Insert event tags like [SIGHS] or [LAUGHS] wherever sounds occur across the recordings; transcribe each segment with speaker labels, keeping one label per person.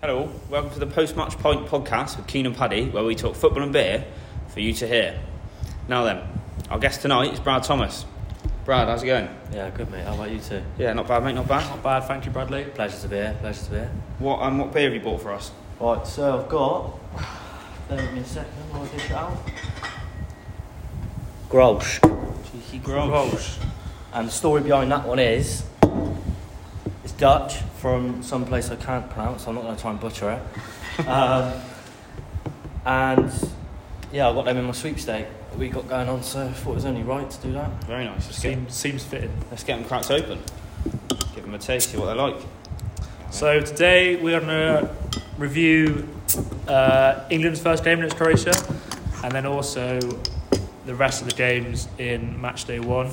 Speaker 1: Hello, welcome to the Post Match Point podcast with Keenan Paddy, where we talk football and beer for you to hear. Now then, our guest tonight is Brad Thomas. Brad, how's it going?
Speaker 2: Yeah, good mate. How about you two?
Speaker 1: Yeah, not bad, mate, not bad.
Speaker 3: Not bad, thank you, Bradley.
Speaker 2: Pleasure to be here. Pleasure to be here.
Speaker 1: What um, what beer have you bought for us?
Speaker 2: Right, so I've got. [SIGHS] Bear with me a second. I'll dish it out. Grosh. Cheeky
Speaker 3: Gross.
Speaker 2: And the story behind that one is, it's Dutch from some place I can't pronounce. So I'm not going to try and butcher it. [LAUGHS] um, and yeah, I got them in my sweepstake. that We got going on, so I thought it was only right to do that.
Speaker 1: Very nice. Let's get,
Speaker 3: Seems, seems fitting.
Speaker 1: let's get them cracked open. Give them a taste, see what they're like.
Speaker 3: So today we are going to review uh, England's first game against Croatia, and then also the rest of the games in match day one.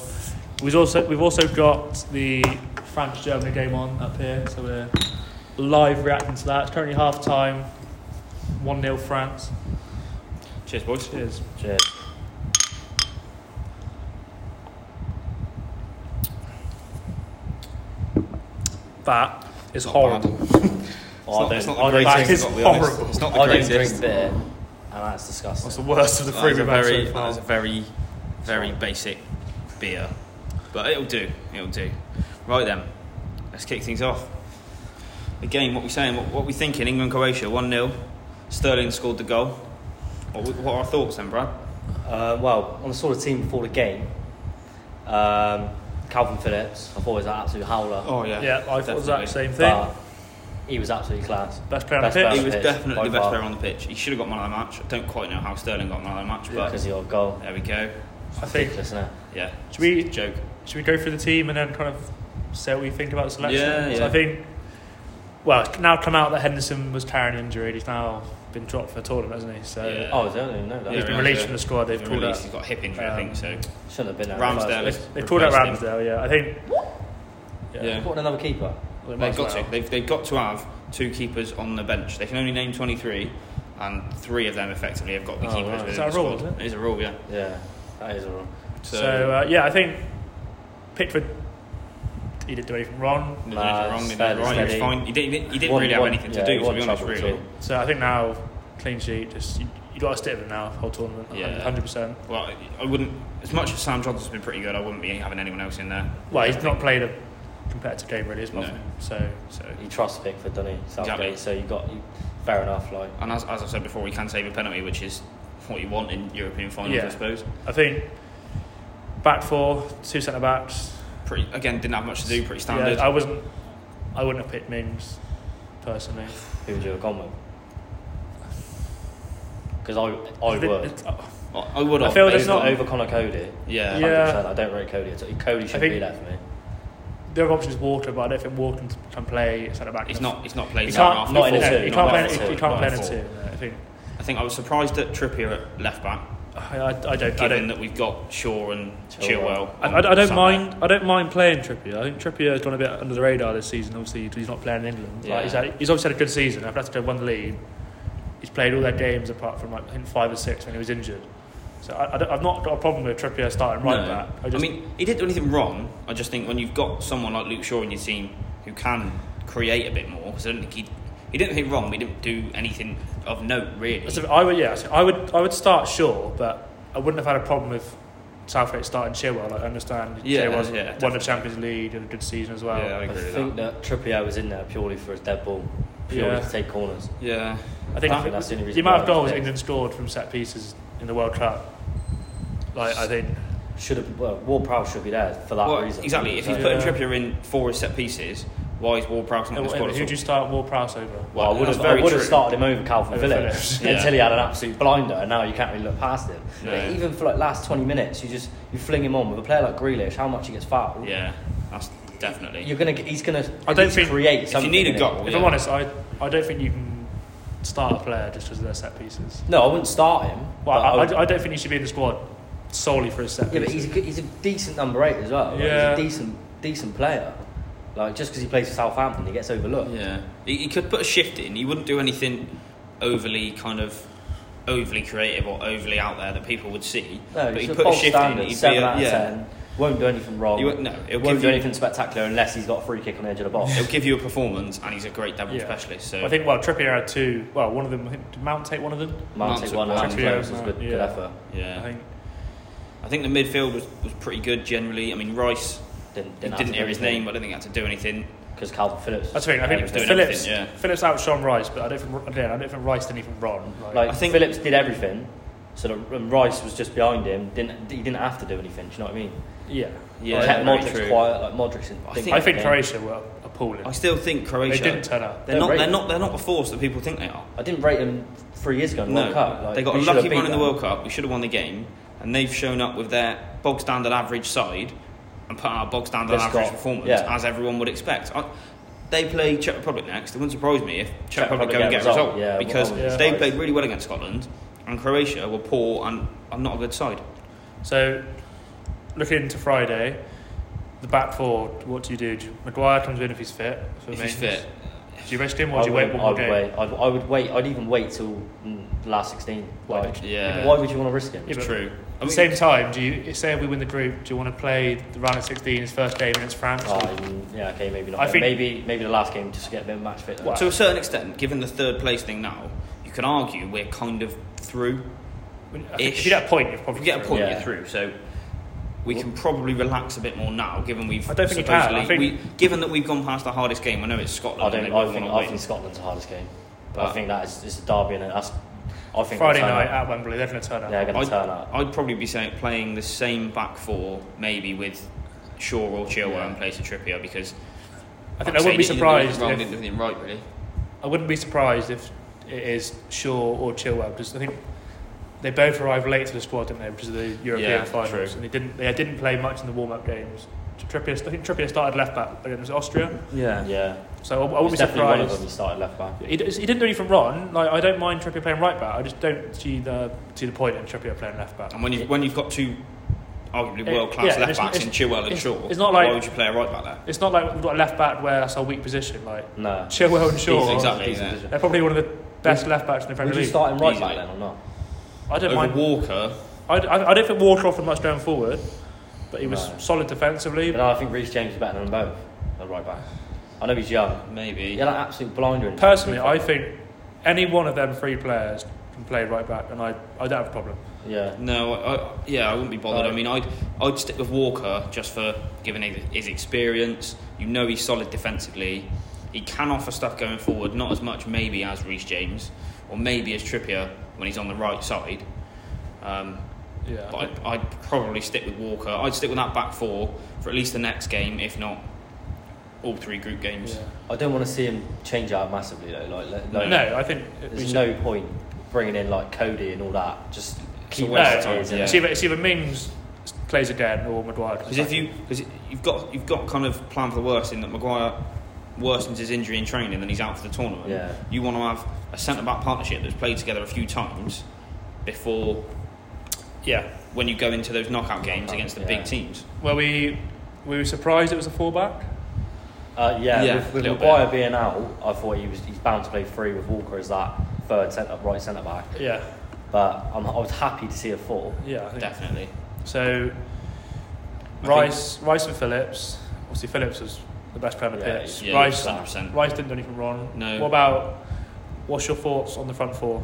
Speaker 3: We've also we've also got the France Germany game on up here, so we're live reacting to that. It's currently half time, one 0 France.
Speaker 1: Cheers, boys.
Speaker 3: Cheers.
Speaker 2: Cheers.
Speaker 3: That is
Speaker 1: Not bad.
Speaker 3: horrible.
Speaker 2: Oh, I
Speaker 1: It's
Speaker 2: don't-
Speaker 1: not,
Speaker 2: I
Speaker 1: it's not the
Speaker 2: don't-
Speaker 3: that
Speaker 1: greatest,
Speaker 3: is
Speaker 1: I've got to be honest.
Speaker 3: horrible.
Speaker 1: It's not the
Speaker 2: I don't
Speaker 1: greatest.
Speaker 2: drink beer, and that's disgusting.
Speaker 3: That's the worst of the three
Speaker 1: That is a
Speaker 3: we've had so
Speaker 1: very,
Speaker 3: far.
Speaker 1: that is a very, very basic beer, but it'll do. It'll do. Right then, let's kick things off. Again, what we saying? What, what we thinking? England Croatia one 0 Sterling scored the goal. What, what are our thoughts then, Brad?
Speaker 2: Uh, well, on the sort of team before the game, um, Calvin Phillips, I thought was an absolute howler.
Speaker 1: Oh,
Speaker 3: Yeah, I thought it was that
Speaker 1: Definitely.
Speaker 3: same thing.
Speaker 2: but he was absolutely class.
Speaker 3: Best player on the
Speaker 1: He
Speaker 3: pitch.
Speaker 2: player.
Speaker 1: was
Speaker 2: Pitch,
Speaker 1: definitely
Speaker 2: by
Speaker 1: the best
Speaker 2: far.
Speaker 1: player on the pitch. He should have got man of the match. I don't quite know how Sterling got man of the match, but
Speaker 2: Because he got a goal.
Speaker 1: there we go.
Speaker 3: I think.
Speaker 2: Ridiculous, isn't it?
Speaker 1: Yeah,
Speaker 3: Should we-
Speaker 1: It's a joke?
Speaker 3: Should we go through the team and then kind of say what we think about the selection?
Speaker 1: Yeah,
Speaker 3: So
Speaker 1: yeah.
Speaker 3: I think, well, it's now come out that Henderson was carrying an injury. He's now been dropped for the tournament, hasn't he? So
Speaker 1: Yeah.
Speaker 2: Oh, I don't even know that.
Speaker 3: he's
Speaker 1: Yeah,
Speaker 3: been
Speaker 1: yeah,
Speaker 3: released
Speaker 1: yeah.
Speaker 3: from the squad. They've
Speaker 1: He's
Speaker 3: pulled
Speaker 1: released.
Speaker 3: out.
Speaker 1: He's got a hip injury, I
Speaker 3: Um,
Speaker 1: think. So
Speaker 2: Shouldn't have been there.
Speaker 1: Ramsdale.
Speaker 3: They've, they've pulled out
Speaker 1: Replaced him.
Speaker 3: Ramsdale. Yeah, I think.
Speaker 1: Yeah.
Speaker 2: Put another keeper.
Speaker 3: Well, might
Speaker 1: They've
Speaker 3: as
Speaker 1: got
Speaker 3: well.
Speaker 1: to. They've, they've got to have two keepers on the bench. They can only name 23, and three of them effectively have got to be
Speaker 2: Oh,
Speaker 1: keepers.
Speaker 2: right.
Speaker 1: within
Speaker 3: Is that
Speaker 1: the
Speaker 3: a rule,
Speaker 1: squad.
Speaker 3: is it?
Speaker 1: It is a rule, yeah.
Speaker 2: Yeah, that is a wrong.
Speaker 1: So,
Speaker 3: So, uh, yeah, I think Pickford. He didn't do anything wrong.
Speaker 1: they did
Speaker 2: nah,
Speaker 1: it wrong, they did
Speaker 2: fairly
Speaker 1: it right. It was
Speaker 2: steady.
Speaker 1: fine. You didn't, you didn't- you didn't
Speaker 2: One-
Speaker 1: really have
Speaker 2: one-
Speaker 1: anything
Speaker 2: yeah,
Speaker 1: to do, to
Speaker 2: one
Speaker 1: be honest,
Speaker 2: trouble at
Speaker 1: really.
Speaker 2: all.
Speaker 3: So I think now clean sheet. Just you, you got to stick with him now. Whole tournament.
Speaker 1: Yeah.
Speaker 3: Hundred percent.
Speaker 1: Well, I- I wouldn't. As much as Sam Johnson's been pretty good, I wouldn't be having anyone else in there.
Speaker 3: Well, he's not played a competitive game really. Is
Speaker 1: No.
Speaker 3: nothing. So
Speaker 1: So,
Speaker 2: He trusts Pickford, doesn't he?
Speaker 1: Exactly.
Speaker 2: Southgate. So you got you, fair enough. Like
Speaker 1: and as, as I said before, we can save a penalty, which is what you want in European finals,
Speaker 3: Yeah.
Speaker 1: I suppose.
Speaker 3: I think back four, two centre backs.
Speaker 1: Pretty again, didn't have much to do. Pretty standard.
Speaker 3: Yeah, I wasn't. I wouldn't have picked Mings personally.
Speaker 2: who would you have gone with? Because I, I
Speaker 3: It's-
Speaker 2: would.
Speaker 3: it's- uh,
Speaker 1: I, I would.
Speaker 3: I
Speaker 1: have
Speaker 3: feel
Speaker 1: based
Speaker 3: there's not-
Speaker 1: on-
Speaker 2: over Connor Cody.
Speaker 1: Yeah.
Speaker 3: Yeah.
Speaker 2: 100%, I don't rate Cody. at all. Cody should
Speaker 3: think-
Speaker 2: be there for me.
Speaker 3: the other option is Walker, but I don't think Walker can- can play centre back.
Speaker 1: It's not. It's not played.
Speaker 3: He
Speaker 1: down
Speaker 3: can't.
Speaker 1: after
Speaker 2: not in a
Speaker 1: four.
Speaker 2: two,
Speaker 3: no, he
Speaker 2: not
Speaker 3: can't play.
Speaker 2: in a
Speaker 3: in-
Speaker 2: two,
Speaker 3: He can't
Speaker 2: not
Speaker 3: play
Speaker 2: in
Speaker 3: in
Speaker 2: a
Speaker 3: a
Speaker 2: two.
Speaker 3: two. no, I think.
Speaker 1: I think I was surprised at Trippier at left back,
Speaker 3: I, I, I don't. I
Speaker 1: given
Speaker 3: don't.
Speaker 1: that we've got Shaw and Chilwell.
Speaker 2: Chilwell.
Speaker 3: I, I, I don't mind. I don't mind playing Trippier. I think Trippier has gone a bit under the radar this season. Obviously, he's not playing in England.
Speaker 1: Yeah.
Speaker 3: Like, he's, had, he's obviously had a good season. Atletico won the league. He's played all their games apart from like I think five or six when he was injured. So I, I don't- I've not got a problem with Trippier starting right
Speaker 1: No.
Speaker 3: back.
Speaker 1: I,
Speaker 3: just,
Speaker 1: mean, he didn't do anything wrong. I just think when you've got someone like Luke Shaw in your team who can create a bit more, because I don't think he he didn't do anything wrong. He didn't do anything of note really.
Speaker 3: So I would, yeah, so I would, I would start Shaw, but I wouldn't have had a problem with Southgate starting Chilwell. Like, I understand
Speaker 1: Yeah,
Speaker 3: Chilwell's
Speaker 1: yeah,
Speaker 3: won the
Speaker 1: definitely.
Speaker 3: Champions League and a good season as well.
Speaker 1: yeah, I
Speaker 2: I
Speaker 1: agree with
Speaker 2: think
Speaker 1: that.
Speaker 2: that Trippier was in there purely for his dead ball, purely
Speaker 3: Yeah.
Speaker 2: to take corners.
Speaker 1: Yeah,
Speaker 3: I think
Speaker 2: I think that's the only
Speaker 3: the,
Speaker 2: reason
Speaker 3: amount of
Speaker 2: why I
Speaker 3: goals
Speaker 2: picked.
Speaker 3: England scored from set pieces in the World Cup, like I think,
Speaker 2: Should have well, Ward Prowse should be there for that
Speaker 1: Well,
Speaker 2: reason.
Speaker 1: exactly. If he's
Speaker 2: So-
Speaker 1: putting
Speaker 3: Yeah.
Speaker 1: Trippier in for his set pieces, why is Ward-Prowse not in the squad at
Speaker 3: who
Speaker 1: all?
Speaker 3: do you start Ward Prowse over?
Speaker 2: well, I would
Speaker 1: That's
Speaker 2: have,
Speaker 1: very
Speaker 2: I would have
Speaker 1: true.
Speaker 2: started him over Calvin
Speaker 3: Over
Speaker 2: Phillips,
Speaker 3: Phillips.
Speaker 1: Yeah.
Speaker 2: [LAUGHS] until he had an absolute blinder, and now you can't really look past him.
Speaker 1: No.
Speaker 2: But even for like last twenty minutes, you just you fling him on with a player like Grealish. How much he gets fouled?
Speaker 1: Yeah, that's definitely.
Speaker 2: You're gonna get- he's gonna
Speaker 3: I
Speaker 2: at
Speaker 3: don't
Speaker 2: least
Speaker 3: think-
Speaker 2: create
Speaker 1: if you
Speaker 2: something.
Speaker 1: need a
Speaker 2: innit?
Speaker 1: goal,
Speaker 3: If
Speaker 1: yeah.
Speaker 3: I'm honest, I, I don't think you can start a player just because of their set pieces.
Speaker 2: No, I wouldn't start him. but
Speaker 3: Well,
Speaker 2: I
Speaker 3: I,
Speaker 2: would-
Speaker 3: I, I don't think he should be in the squad solely for his set
Speaker 2: Yeah,
Speaker 3: pieces.
Speaker 2: but he's a, good- he's a decent number eight as well. Like,
Speaker 3: Yeah.
Speaker 2: he's a decent decent player. Like just because he plays for Southampton, he gets overlooked.
Speaker 1: Yeah, he, he could put a shift in. He wouldn't do anything overly kind of overly creative or overly out there that people would see. but
Speaker 2: No, he's
Speaker 1: he
Speaker 2: a
Speaker 1: put a
Speaker 2: bog
Speaker 1: shift in.
Speaker 2: standard,
Speaker 1: He'd be
Speaker 2: seven
Speaker 1: a,
Speaker 2: out of
Speaker 1: yeah,
Speaker 2: ten. Won't do anything wrong.
Speaker 1: You won't- no, it'll
Speaker 2: won't
Speaker 1: give
Speaker 2: do
Speaker 1: you-
Speaker 2: anything spectacular unless he's got a free kick on the edge of the box.
Speaker 1: He'll give you a performance, and he's a great double
Speaker 3: Yeah.
Speaker 1: specialist. So
Speaker 3: I think well, Trippier had two. Well, one of them I think- did Mount take one of them.
Speaker 2: Mount
Speaker 1: Mount's
Speaker 2: take one
Speaker 1: at
Speaker 2: and
Speaker 1: one.
Speaker 2: close was
Speaker 3: Yeah.
Speaker 2: good, good
Speaker 3: Yeah.
Speaker 2: effort.
Speaker 1: yeah,
Speaker 3: I think
Speaker 1: I think the midfield was, was pretty good generally. I mean, Rice
Speaker 2: Didn't,
Speaker 1: didn't, didn't hear his name, but I don't think that's to do anything.
Speaker 2: because Calvin Phillips.
Speaker 3: that's the thing. I
Speaker 1: He
Speaker 3: think
Speaker 1: was doing
Speaker 3: Phillips
Speaker 1: everything, yeah.
Speaker 3: Phillips outshone Rice, but I don't think again, I don't think Rice did anything wrong.
Speaker 2: Like
Speaker 1: I think-
Speaker 2: Phillips did everything, so that and Rice was just behind him. Didn't he didn't have to do anything? Do you know what I mean?
Speaker 3: yeah,
Speaker 1: Yeah,
Speaker 2: kept
Speaker 1: very
Speaker 2: Modric
Speaker 1: true.
Speaker 2: quiet. Like Modric's. in-
Speaker 1: I
Speaker 2: didn't
Speaker 1: think-
Speaker 2: get
Speaker 3: I think
Speaker 2: the game.
Speaker 3: Croatia were appalling.
Speaker 1: I still think
Speaker 3: They
Speaker 1: Croatia.
Speaker 3: didn't turn up.
Speaker 1: They're
Speaker 2: They're
Speaker 1: not.
Speaker 2: great.
Speaker 1: They're not. They're not the force that people think they are.
Speaker 2: I didn't rate them three years ago in the World Cup. Like,
Speaker 1: they got a
Speaker 2: we should have
Speaker 1: lucky
Speaker 2: beat
Speaker 1: run in the
Speaker 2: them.
Speaker 1: World Cup. We should have won the game, and they've shown up with their bog standard average side and put out a bog standard
Speaker 2: They've
Speaker 1: average
Speaker 2: got-
Speaker 1: performance
Speaker 2: yeah.
Speaker 1: as everyone would expect. I, they play Czech Republic next. It wouldn't surprise me if Czech, Republic go and get a result,
Speaker 2: Yeah,
Speaker 1: because
Speaker 2: well,
Speaker 3: I wouldn't
Speaker 1: they
Speaker 2: surprise.
Speaker 1: played really well against Scotland, and Croatia were poor and, and not a good side.
Speaker 3: So, looking into Friday, the back four. What do you do? do you, Maguire comes in if he's fit. For
Speaker 1: If
Speaker 3: me.
Speaker 1: he's fit,
Speaker 3: Do you rest him or
Speaker 2: I
Speaker 3: do you wait
Speaker 2: would,
Speaker 3: one
Speaker 2: I
Speaker 3: more
Speaker 2: would
Speaker 3: game?
Speaker 2: wait. I'd, I would wait. I'd even wait till mm, the last sixteen.
Speaker 3: Like,
Speaker 2: Like,
Speaker 1: yeah,
Speaker 2: why would you want to risk him?
Speaker 3: Yeah, but
Speaker 1: true.
Speaker 3: At the same time, do you say if we win the group? Do you want to play the round of sixteen? His first game against France.
Speaker 2: Oh, mm, yeah, okay, maybe not.
Speaker 3: I think-
Speaker 2: maybe maybe the last game just to get a bit of match fit.
Speaker 1: Well, to a certain extent, given the third place thing now, you can argue we're kind of through.
Speaker 3: I think if
Speaker 1: ish.
Speaker 3: you get a point, you're
Speaker 1: If
Speaker 3: probably
Speaker 1: you get a
Speaker 3: through.
Speaker 1: point,
Speaker 2: Yeah.
Speaker 1: you're through. So we can probably relax a bit more now, given we've.
Speaker 3: I don't think you can.
Speaker 1: supposedly-
Speaker 3: I think-
Speaker 1: we, given that we've gone past the hardest game. I know it's Scotland.
Speaker 2: I
Speaker 1: and
Speaker 2: don't.
Speaker 1: they will
Speaker 2: I think
Speaker 1: wanna
Speaker 2: I
Speaker 1: win.
Speaker 2: think Scotland's the hardest game, but I
Speaker 1: But-
Speaker 2: think that is it's a derby and that's. I think
Speaker 3: Ah. Friday
Speaker 2: they'll turn
Speaker 3: night
Speaker 2: up.
Speaker 3: at Wembley, they're going to turn up.
Speaker 2: they're going to
Speaker 1: I'd,
Speaker 2: turn up.
Speaker 1: I'd probably be saying, playing the same back four, maybe with Shaw or Chilwell
Speaker 2: Yeah.
Speaker 1: and place of Trippier because.
Speaker 3: I
Speaker 1: like
Speaker 3: think I
Speaker 1: say,
Speaker 3: wouldn't be
Speaker 1: they didn't do anything
Speaker 3: surprised.
Speaker 1: Wrong,
Speaker 3: if-
Speaker 1: didn't do anything right, really.
Speaker 3: I wouldn't be surprised if it is Shaw or Chilwell because I think they both arrived late to the squad, didn't they? Because of the European
Speaker 1: Yeah,
Speaker 3: finals,
Speaker 1: true.
Speaker 3: and they didn't. They didn't play much in the warm-up games. Trippier, I think Trippier started left back against Austria,
Speaker 1: Yeah.
Speaker 2: Yeah,
Speaker 3: so I, I wouldn't
Speaker 2: It's
Speaker 3: be
Speaker 2: definitely one of
Speaker 3: surprised.
Speaker 2: them. He started left back.
Speaker 3: He, d- he didn't do anything wrong. Like I don't mind Trippier playing right back. I just don't see the see the point in Trippier playing left back.
Speaker 1: And when you've when you've got two arguably
Speaker 3: Yeah,
Speaker 1: world class
Speaker 3: it's-
Speaker 1: left backs in
Speaker 3: it's-
Speaker 1: Chilwell and
Speaker 3: it's-
Speaker 1: Shaw,
Speaker 3: it's not like-
Speaker 1: why would you play a right back there?
Speaker 3: It's not like we've got a left back where that's our weak position. Like
Speaker 2: No.
Speaker 3: Chilwell and Shaw,
Speaker 1: Exactly. yeah.
Speaker 3: they're probably one of the best left backs in the Premier
Speaker 2: Would you
Speaker 3: League.
Speaker 2: start him right
Speaker 1: Easily.
Speaker 2: back then or not?
Speaker 3: I don't
Speaker 1: Over
Speaker 3: mind.
Speaker 1: Walker,
Speaker 3: I, I, I don't think Walker offered much going forward, but he was
Speaker 2: No.
Speaker 3: solid defensively.
Speaker 2: But no, I think Reece James is better than them both. They're right back. I know he's young.
Speaker 1: maybe.
Speaker 2: He had an absolute blinder. In
Speaker 3: Personally, I think any one of them three players can play right back, and I, I don't have a problem.
Speaker 2: Yeah.
Speaker 1: No, I, I, yeah, I wouldn't be bothered.
Speaker 3: Right.
Speaker 1: I mean, I'd I'd stick with Walker just for given his, his experience. You know, he's solid defensively. He can offer stuff going forward, not as much maybe as Reece James or maybe as Trippier when he's on the right side. Um,
Speaker 3: Yeah.
Speaker 1: but I'd, I'd probably stick with Walker. I'd stick with that back four for at least the next game, if not all three group games.
Speaker 3: Yeah.
Speaker 2: I don't want to see him change out massively though. Like, like
Speaker 1: No.
Speaker 3: no, I think we
Speaker 2: there's
Speaker 3: should-
Speaker 2: no point bringing in like Cody and all that. Just keep
Speaker 1: a
Speaker 3: no.
Speaker 1: waste
Speaker 2: it
Speaker 1: of time,
Speaker 2: as it
Speaker 1: yeah.
Speaker 2: is.
Speaker 3: It's either, it's either Mings plays again or Maguire. comes
Speaker 1: Because if
Speaker 3: back.
Speaker 1: you because you've got you've got kind of plan for the worst in that Maguire worsens his injury in training and he's out for the tournament.
Speaker 2: Yeah.
Speaker 1: You want to have a centre back partnership that's played together a few times before
Speaker 3: yeah,
Speaker 1: when you go into those knockout games
Speaker 2: Knockout,
Speaker 1: against the
Speaker 2: yeah.
Speaker 1: big teams.
Speaker 3: well we we were surprised it was a fullback.
Speaker 2: Uh, yeah,
Speaker 1: Yeah,
Speaker 2: with, with
Speaker 1: little
Speaker 2: Maguire being out, I thought he was he's bound to play free with Walker as that third centre right centre back.
Speaker 3: Yeah,
Speaker 2: But I'm, I was happy to see a four.
Speaker 3: Oh, yeah. I think.
Speaker 1: Definitely.
Speaker 3: So
Speaker 1: I
Speaker 3: Rice, Rice and Phillips. Obviously, Phillips was the best player on the
Speaker 2: Yeah,
Speaker 3: pitch.
Speaker 1: Yeah,
Speaker 3: Rice,
Speaker 1: 100%.
Speaker 3: Rice didn't do anything wrong.
Speaker 1: No.
Speaker 3: What about? What's your thoughts on the front four?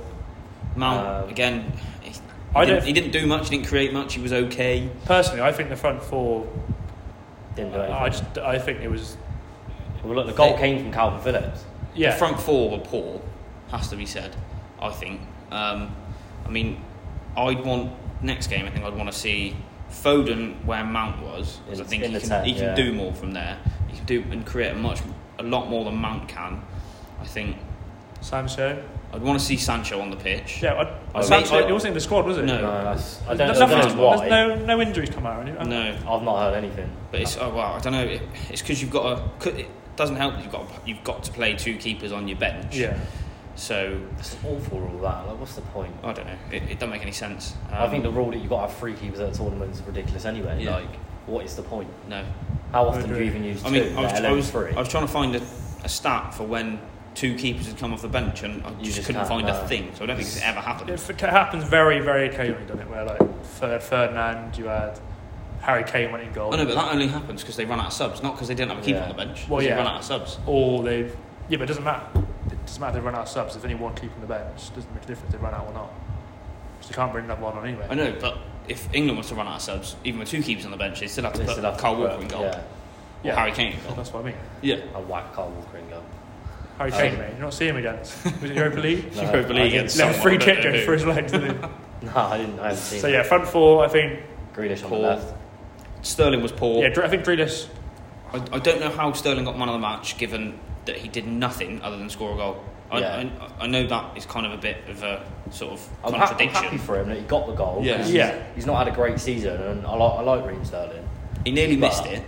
Speaker 1: Mount
Speaker 2: Um,
Speaker 1: again. He,
Speaker 3: I
Speaker 1: I
Speaker 3: don't-
Speaker 1: didn't, he didn't do much. He didn't create much. He was okay.
Speaker 3: Personally, I think the front four.
Speaker 2: Didn't do anything.
Speaker 3: I just I think it was
Speaker 2: well, look, the goal
Speaker 1: They-
Speaker 2: came from Calvin Phillips.
Speaker 3: yeah.
Speaker 1: The front four were poor, has to be said, I think. Um, I mean, I'd want, next game, I think I'd want to see Foden where Mount was, because I
Speaker 2: In-
Speaker 1: think
Speaker 2: in
Speaker 1: he
Speaker 2: the
Speaker 1: can,
Speaker 2: ten,
Speaker 1: he can
Speaker 2: yeah.
Speaker 1: do more from there. He can do and create a much, a lot more than Mount can. I think
Speaker 3: Sancho.
Speaker 1: I'd want to see Sancho on the pitch.
Speaker 3: Yeah, I,
Speaker 1: I
Speaker 3: Sancho.
Speaker 1: mean, I-
Speaker 3: he wasn't in the squad, was he?
Speaker 1: No.
Speaker 2: No, that's, I don't
Speaker 3: There's
Speaker 2: know
Speaker 3: nothing-
Speaker 1: that's
Speaker 2: why.
Speaker 3: there's no no injuries come out. or anything.
Speaker 1: No,
Speaker 2: I've not heard anything.
Speaker 1: but it's, oh wow, I don't know, it, it's because you've got a, 'cause it doesn't help that you've got, a- you've got to play two keepers on your bench.
Speaker 3: Yeah.
Speaker 1: So,
Speaker 2: It's an awful rule that. Like, what's the point?
Speaker 1: I don't know, it, it doesn't make any sense.
Speaker 2: I
Speaker 1: Um,
Speaker 2: think the rule that you've got to have three keepers at a tournament is ridiculous anyway.
Speaker 1: Yeah.
Speaker 2: Like, what is the point?
Speaker 1: Um, no.
Speaker 2: How often do
Speaker 3: agree.
Speaker 2: you even use two?
Speaker 1: I mean, I was,
Speaker 2: let
Speaker 1: I,
Speaker 2: alone
Speaker 1: was,
Speaker 2: three.
Speaker 1: I was trying to find a, a stat for when two keepers had come off the bench, and I
Speaker 2: You
Speaker 1: just,
Speaker 2: just
Speaker 1: couldn't
Speaker 2: can't,
Speaker 1: find
Speaker 2: no.
Speaker 1: a thing. So I don't think it's ever happened.
Speaker 3: It, f- it happens very, very occasionally, doesn't it? Where like Fer- Ferdinand, you had Harry Kane went in goal.
Speaker 1: Oh no, but that only happens because they run out of subs, not because they didn't have a keeper
Speaker 2: Yeah.
Speaker 1: on the bench.
Speaker 3: Well,
Speaker 1: 'cause
Speaker 3: yeah.
Speaker 1: They run out of subs.
Speaker 3: Or they, yeah, but it doesn't matter. It doesn't matter if they run out of subs. If only one keeper on the bench, it doesn't make a difference if they run out or not. So they can't bring another one on anyway.
Speaker 1: I know, but if England was to run out of subs, even with two keepers on the bench, they still have to
Speaker 2: They
Speaker 1: put
Speaker 2: still have to
Speaker 1: Kyle
Speaker 2: put-
Speaker 1: Walker in goal
Speaker 2: Yeah,
Speaker 1: or Harry Kane in goal.
Speaker 3: That's what I mean.
Speaker 1: Yeah.
Speaker 2: a whack Carl Walker in goal. [LAUGHS]
Speaker 3: Harry
Speaker 2: Um,
Speaker 3: Kane, mate. You're not seeing me dance. Was it Europa League?
Speaker 1: [LAUGHS]
Speaker 2: No,
Speaker 1: Europa
Speaker 2: I
Speaker 1: League
Speaker 2: didn't-
Speaker 1: against-
Speaker 3: Left
Speaker 1: Someone,
Speaker 3: free
Speaker 1: I don't
Speaker 3: kick
Speaker 1: know
Speaker 3: going
Speaker 1: who.
Speaker 3: for his
Speaker 1: [LAUGHS]
Speaker 3: legs. didn't he?
Speaker 2: No, I didn't. I haven't seen.
Speaker 3: so yeah, front four. I think.
Speaker 2: Grealish on
Speaker 1: Paul.
Speaker 2: the left.
Speaker 1: Sterling was poor.
Speaker 3: Yeah, Dr- I think Grealish.
Speaker 1: I, I don't know how Sterling got man of the match, given that he did nothing other than score a goal. I,
Speaker 2: Yeah.
Speaker 1: I, I know that is kind of a bit of a sort of
Speaker 2: I'm, ha- I'm
Speaker 1: contradiction.
Speaker 2: happy for him that he got the goal.
Speaker 1: Yeah.
Speaker 2: 'cause he's,
Speaker 3: Yeah.
Speaker 2: He's not had a great season, and I like I like Reem Sterling.
Speaker 1: He nearly
Speaker 2: But-
Speaker 1: missed it.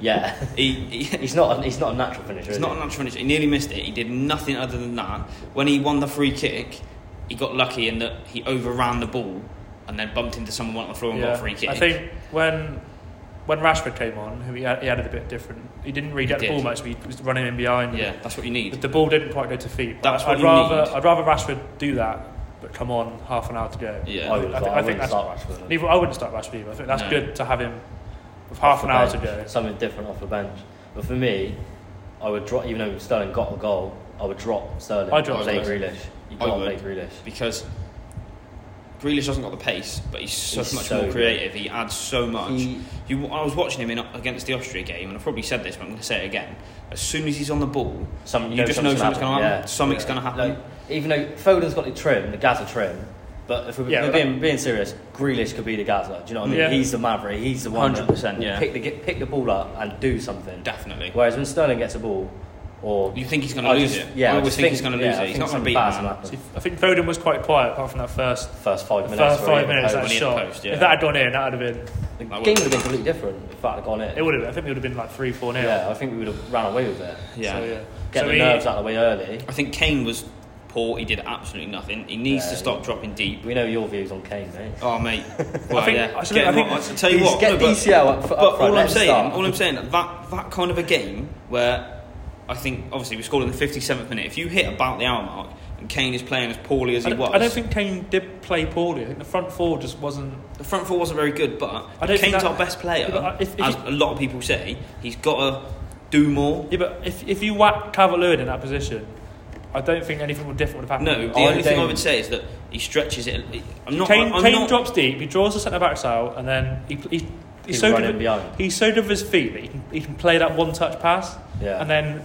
Speaker 2: Yeah. [LAUGHS]
Speaker 1: He, [LAUGHS] he,
Speaker 2: He's not. A, he's not a natural finisher.
Speaker 1: It's
Speaker 2: is
Speaker 1: not
Speaker 2: he?
Speaker 1: an natural finish. He nearly missed it. He did nothing other than that. When he won the free kick, he got lucky in that he overran the ball and then bumped into someone on the floor and got a free kick.
Speaker 3: I think when when Rashford came on, he had, he had it a bit different. He didn't really get the
Speaker 1: did.
Speaker 3: ball much, but he was running in behind.
Speaker 1: yeah, that's what you
Speaker 3: But
Speaker 1: need.
Speaker 3: the ball didn't quite go to feet.
Speaker 1: That's what
Speaker 3: I'd
Speaker 1: you
Speaker 3: rather
Speaker 1: need.
Speaker 3: I'd rather Rashford do that, but come on half an hour to go.
Speaker 1: Yeah.
Speaker 2: I would.
Speaker 3: I
Speaker 2: I, I,
Speaker 3: think- I think
Speaker 2: wouldn't
Speaker 3: that's-
Speaker 2: start Rashford.
Speaker 3: Neither, I wouldn't start Rashford either. I think that's
Speaker 1: No.
Speaker 3: good to have him with half an hour to
Speaker 2: bench,
Speaker 3: go.
Speaker 2: Something different off the bench. But for me, I would drop. Even though Sterling got a goal, I would drop Sterling.
Speaker 3: I'd drop
Speaker 2: Play
Speaker 1: Sterling.
Speaker 2: Grealish. You
Speaker 1: I
Speaker 2: got to play
Speaker 1: would.
Speaker 2: Grealish.
Speaker 1: Because Grealish hasn't got the pace, but he's so
Speaker 2: He's
Speaker 1: much
Speaker 2: so
Speaker 1: more
Speaker 2: good.
Speaker 1: creative. He adds so much.
Speaker 2: He-
Speaker 1: You, I was watching him in, against the Austria game, and I've probably said this, but I'm going to say it again. As soon as he's on the ball,
Speaker 2: Some,
Speaker 1: you, just know something's going to happen. Something's
Speaker 2: Yeah.
Speaker 1: going to happen.
Speaker 2: Like, even though Foden's got the trim, the Gaza trim, but if we're,
Speaker 3: Yeah,
Speaker 2: we're
Speaker 3: but
Speaker 2: being, being serious, Grealish could be the Gaza. Do you know what I mean?
Speaker 3: Yeah.
Speaker 2: He's the maverick. He's the one. that
Speaker 1: 100%,
Speaker 2: will
Speaker 1: yeah.
Speaker 2: Pick the get- pick the ball up and do something.
Speaker 1: Definitely.
Speaker 2: Whereas when Sterling gets a ball, or
Speaker 1: You think he's going to
Speaker 2: I
Speaker 1: lose
Speaker 2: just-
Speaker 1: it.
Speaker 2: Yeah,
Speaker 1: I
Speaker 2: I
Speaker 1: always
Speaker 2: just
Speaker 1: think, he's going to lose
Speaker 2: yeah, I
Speaker 1: it. He's
Speaker 2: think
Speaker 1: not going to
Speaker 2: something
Speaker 1: beat
Speaker 2: bad's
Speaker 1: man.
Speaker 2: gonna happen.
Speaker 3: See, I think Foden was quite quiet apart from that first
Speaker 2: First five minutes.
Speaker 3: first
Speaker 2: where he
Speaker 3: five
Speaker 2: had
Speaker 3: minutes that
Speaker 1: When he had
Speaker 3: shot.
Speaker 1: the post, yeah.
Speaker 3: If that had gone in, that would have been
Speaker 1: That
Speaker 2: The game
Speaker 1: would-
Speaker 2: would have been completely different if that had gone in.
Speaker 3: it would have. I think it would have been like three four nil.
Speaker 2: yeah, I think we would have ran away with it.
Speaker 1: Yeah.
Speaker 3: So, yeah.
Speaker 2: Get
Speaker 3: So
Speaker 2: the
Speaker 3: he-
Speaker 2: nerves out of the way early.
Speaker 1: I think Kane was poor. He did absolutely nothing. He needs
Speaker 2: Yeah,
Speaker 1: to stop
Speaker 2: yeah.
Speaker 1: dropping
Speaker 2: [LAUGHS]
Speaker 1: deep.
Speaker 2: We know your views on Kane, mate.
Speaker 1: Oh mate, well,
Speaker 3: think-
Speaker 1: yeah.
Speaker 3: I should-
Speaker 1: Get
Speaker 3: I
Speaker 1: him
Speaker 3: think-
Speaker 1: on. I tell you what,
Speaker 2: get
Speaker 1: no, but,
Speaker 2: DCL up, up
Speaker 1: but
Speaker 2: front,
Speaker 1: all
Speaker 2: let
Speaker 1: I'm
Speaker 2: him
Speaker 1: saying,
Speaker 2: start.
Speaker 1: all I'm saying, that that kind of a game where I think obviously we scored in the 57th minute. If you hit about the hour mark and Kane is playing as poorly as he
Speaker 3: I don't,
Speaker 1: was,
Speaker 3: I don't think Kane did play poorly. I think the front four just wasn't.
Speaker 1: the front four wasn't very good. But
Speaker 3: I don't think
Speaker 1: Kane's
Speaker 3: that-
Speaker 1: our best player,
Speaker 3: Yeah, but I- if- if
Speaker 1: as
Speaker 3: he-
Speaker 1: a lot of people say. He's got to do more.
Speaker 3: Yeah, but if, if you whack Cavalier in that position, I don't think anything would different would have
Speaker 1: No,
Speaker 3: happened.
Speaker 1: the
Speaker 2: I
Speaker 1: only thing I
Speaker 2: don't-
Speaker 1: would say is that he stretches it. I'm not.
Speaker 3: Kane,
Speaker 1: I'm
Speaker 3: Kane
Speaker 1: not,
Speaker 3: drops deep. He draws the centre backs out, and then he, he, he's,
Speaker 2: He's
Speaker 3: so
Speaker 2: running
Speaker 3: good, with-
Speaker 2: behind.
Speaker 3: he's so good with his feet that he can, he can play that one touch pass,
Speaker 2: Yeah.
Speaker 3: and then.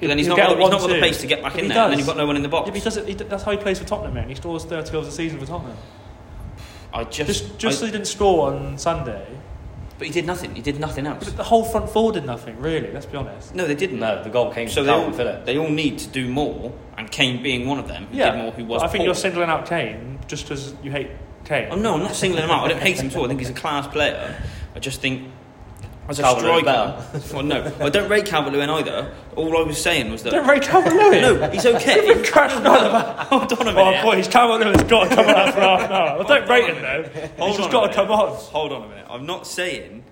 Speaker 1: But then he's
Speaker 3: he'll
Speaker 1: not,
Speaker 3: get a
Speaker 1: got, he's not got the
Speaker 3: one-two.
Speaker 1: pace to get back
Speaker 3: But
Speaker 1: in
Speaker 3: he
Speaker 1: there. And then
Speaker 3: does.
Speaker 1: you've got no one in the
Speaker 3: Yeah,
Speaker 1: box.
Speaker 3: but he does it, he, that's how he plays for Tottenham, man. He scores 30 goals a season for Tottenham.
Speaker 1: I just,
Speaker 3: Just, just
Speaker 1: I-
Speaker 3: so he didn't score on Sunday.
Speaker 1: but he did nothing. He did nothing else.
Speaker 3: But the whole front four did nothing, really, let's be
Speaker 1: [LAUGHS]
Speaker 3: honest.
Speaker 1: No, they didn't.
Speaker 2: No, the goal came
Speaker 1: Hmm. So
Speaker 2: from
Speaker 1: they all,
Speaker 2: Calvin Phillips.
Speaker 1: they all need to do more, and Kane being one of them, who
Speaker 3: Yeah,
Speaker 1: did more, who
Speaker 3: but
Speaker 1: was.
Speaker 3: I think
Speaker 1: poor.
Speaker 3: you're singling out Kane just because you hate Kane.
Speaker 1: Oh, no, I'm not singling him out. I don't hate him at all. I think he's a class player. I just think as a
Speaker 2: Calvert-Lewin's
Speaker 1: striker, [LAUGHS] well, no, I don't rate Calvert-Lewin either. All I was saying was that
Speaker 3: Don't rate Calvert-Lewin.
Speaker 1: [LAUGHS] no, he's
Speaker 3: [LAUGHS]
Speaker 1: okay.
Speaker 3: crashing on about.
Speaker 1: Hold on a
Speaker 3: Oh,
Speaker 1: minute.
Speaker 3: boy, he's Calvert Lewin's got to come on for half an hour. I don't rate him, though.
Speaker 1: Hold
Speaker 3: he's
Speaker 1: on
Speaker 3: just
Speaker 1: a
Speaker 3: got to
Speaker 1: minute.
Speaker 3: come on.
Speaker 1: Hold on a minute. I'm not saying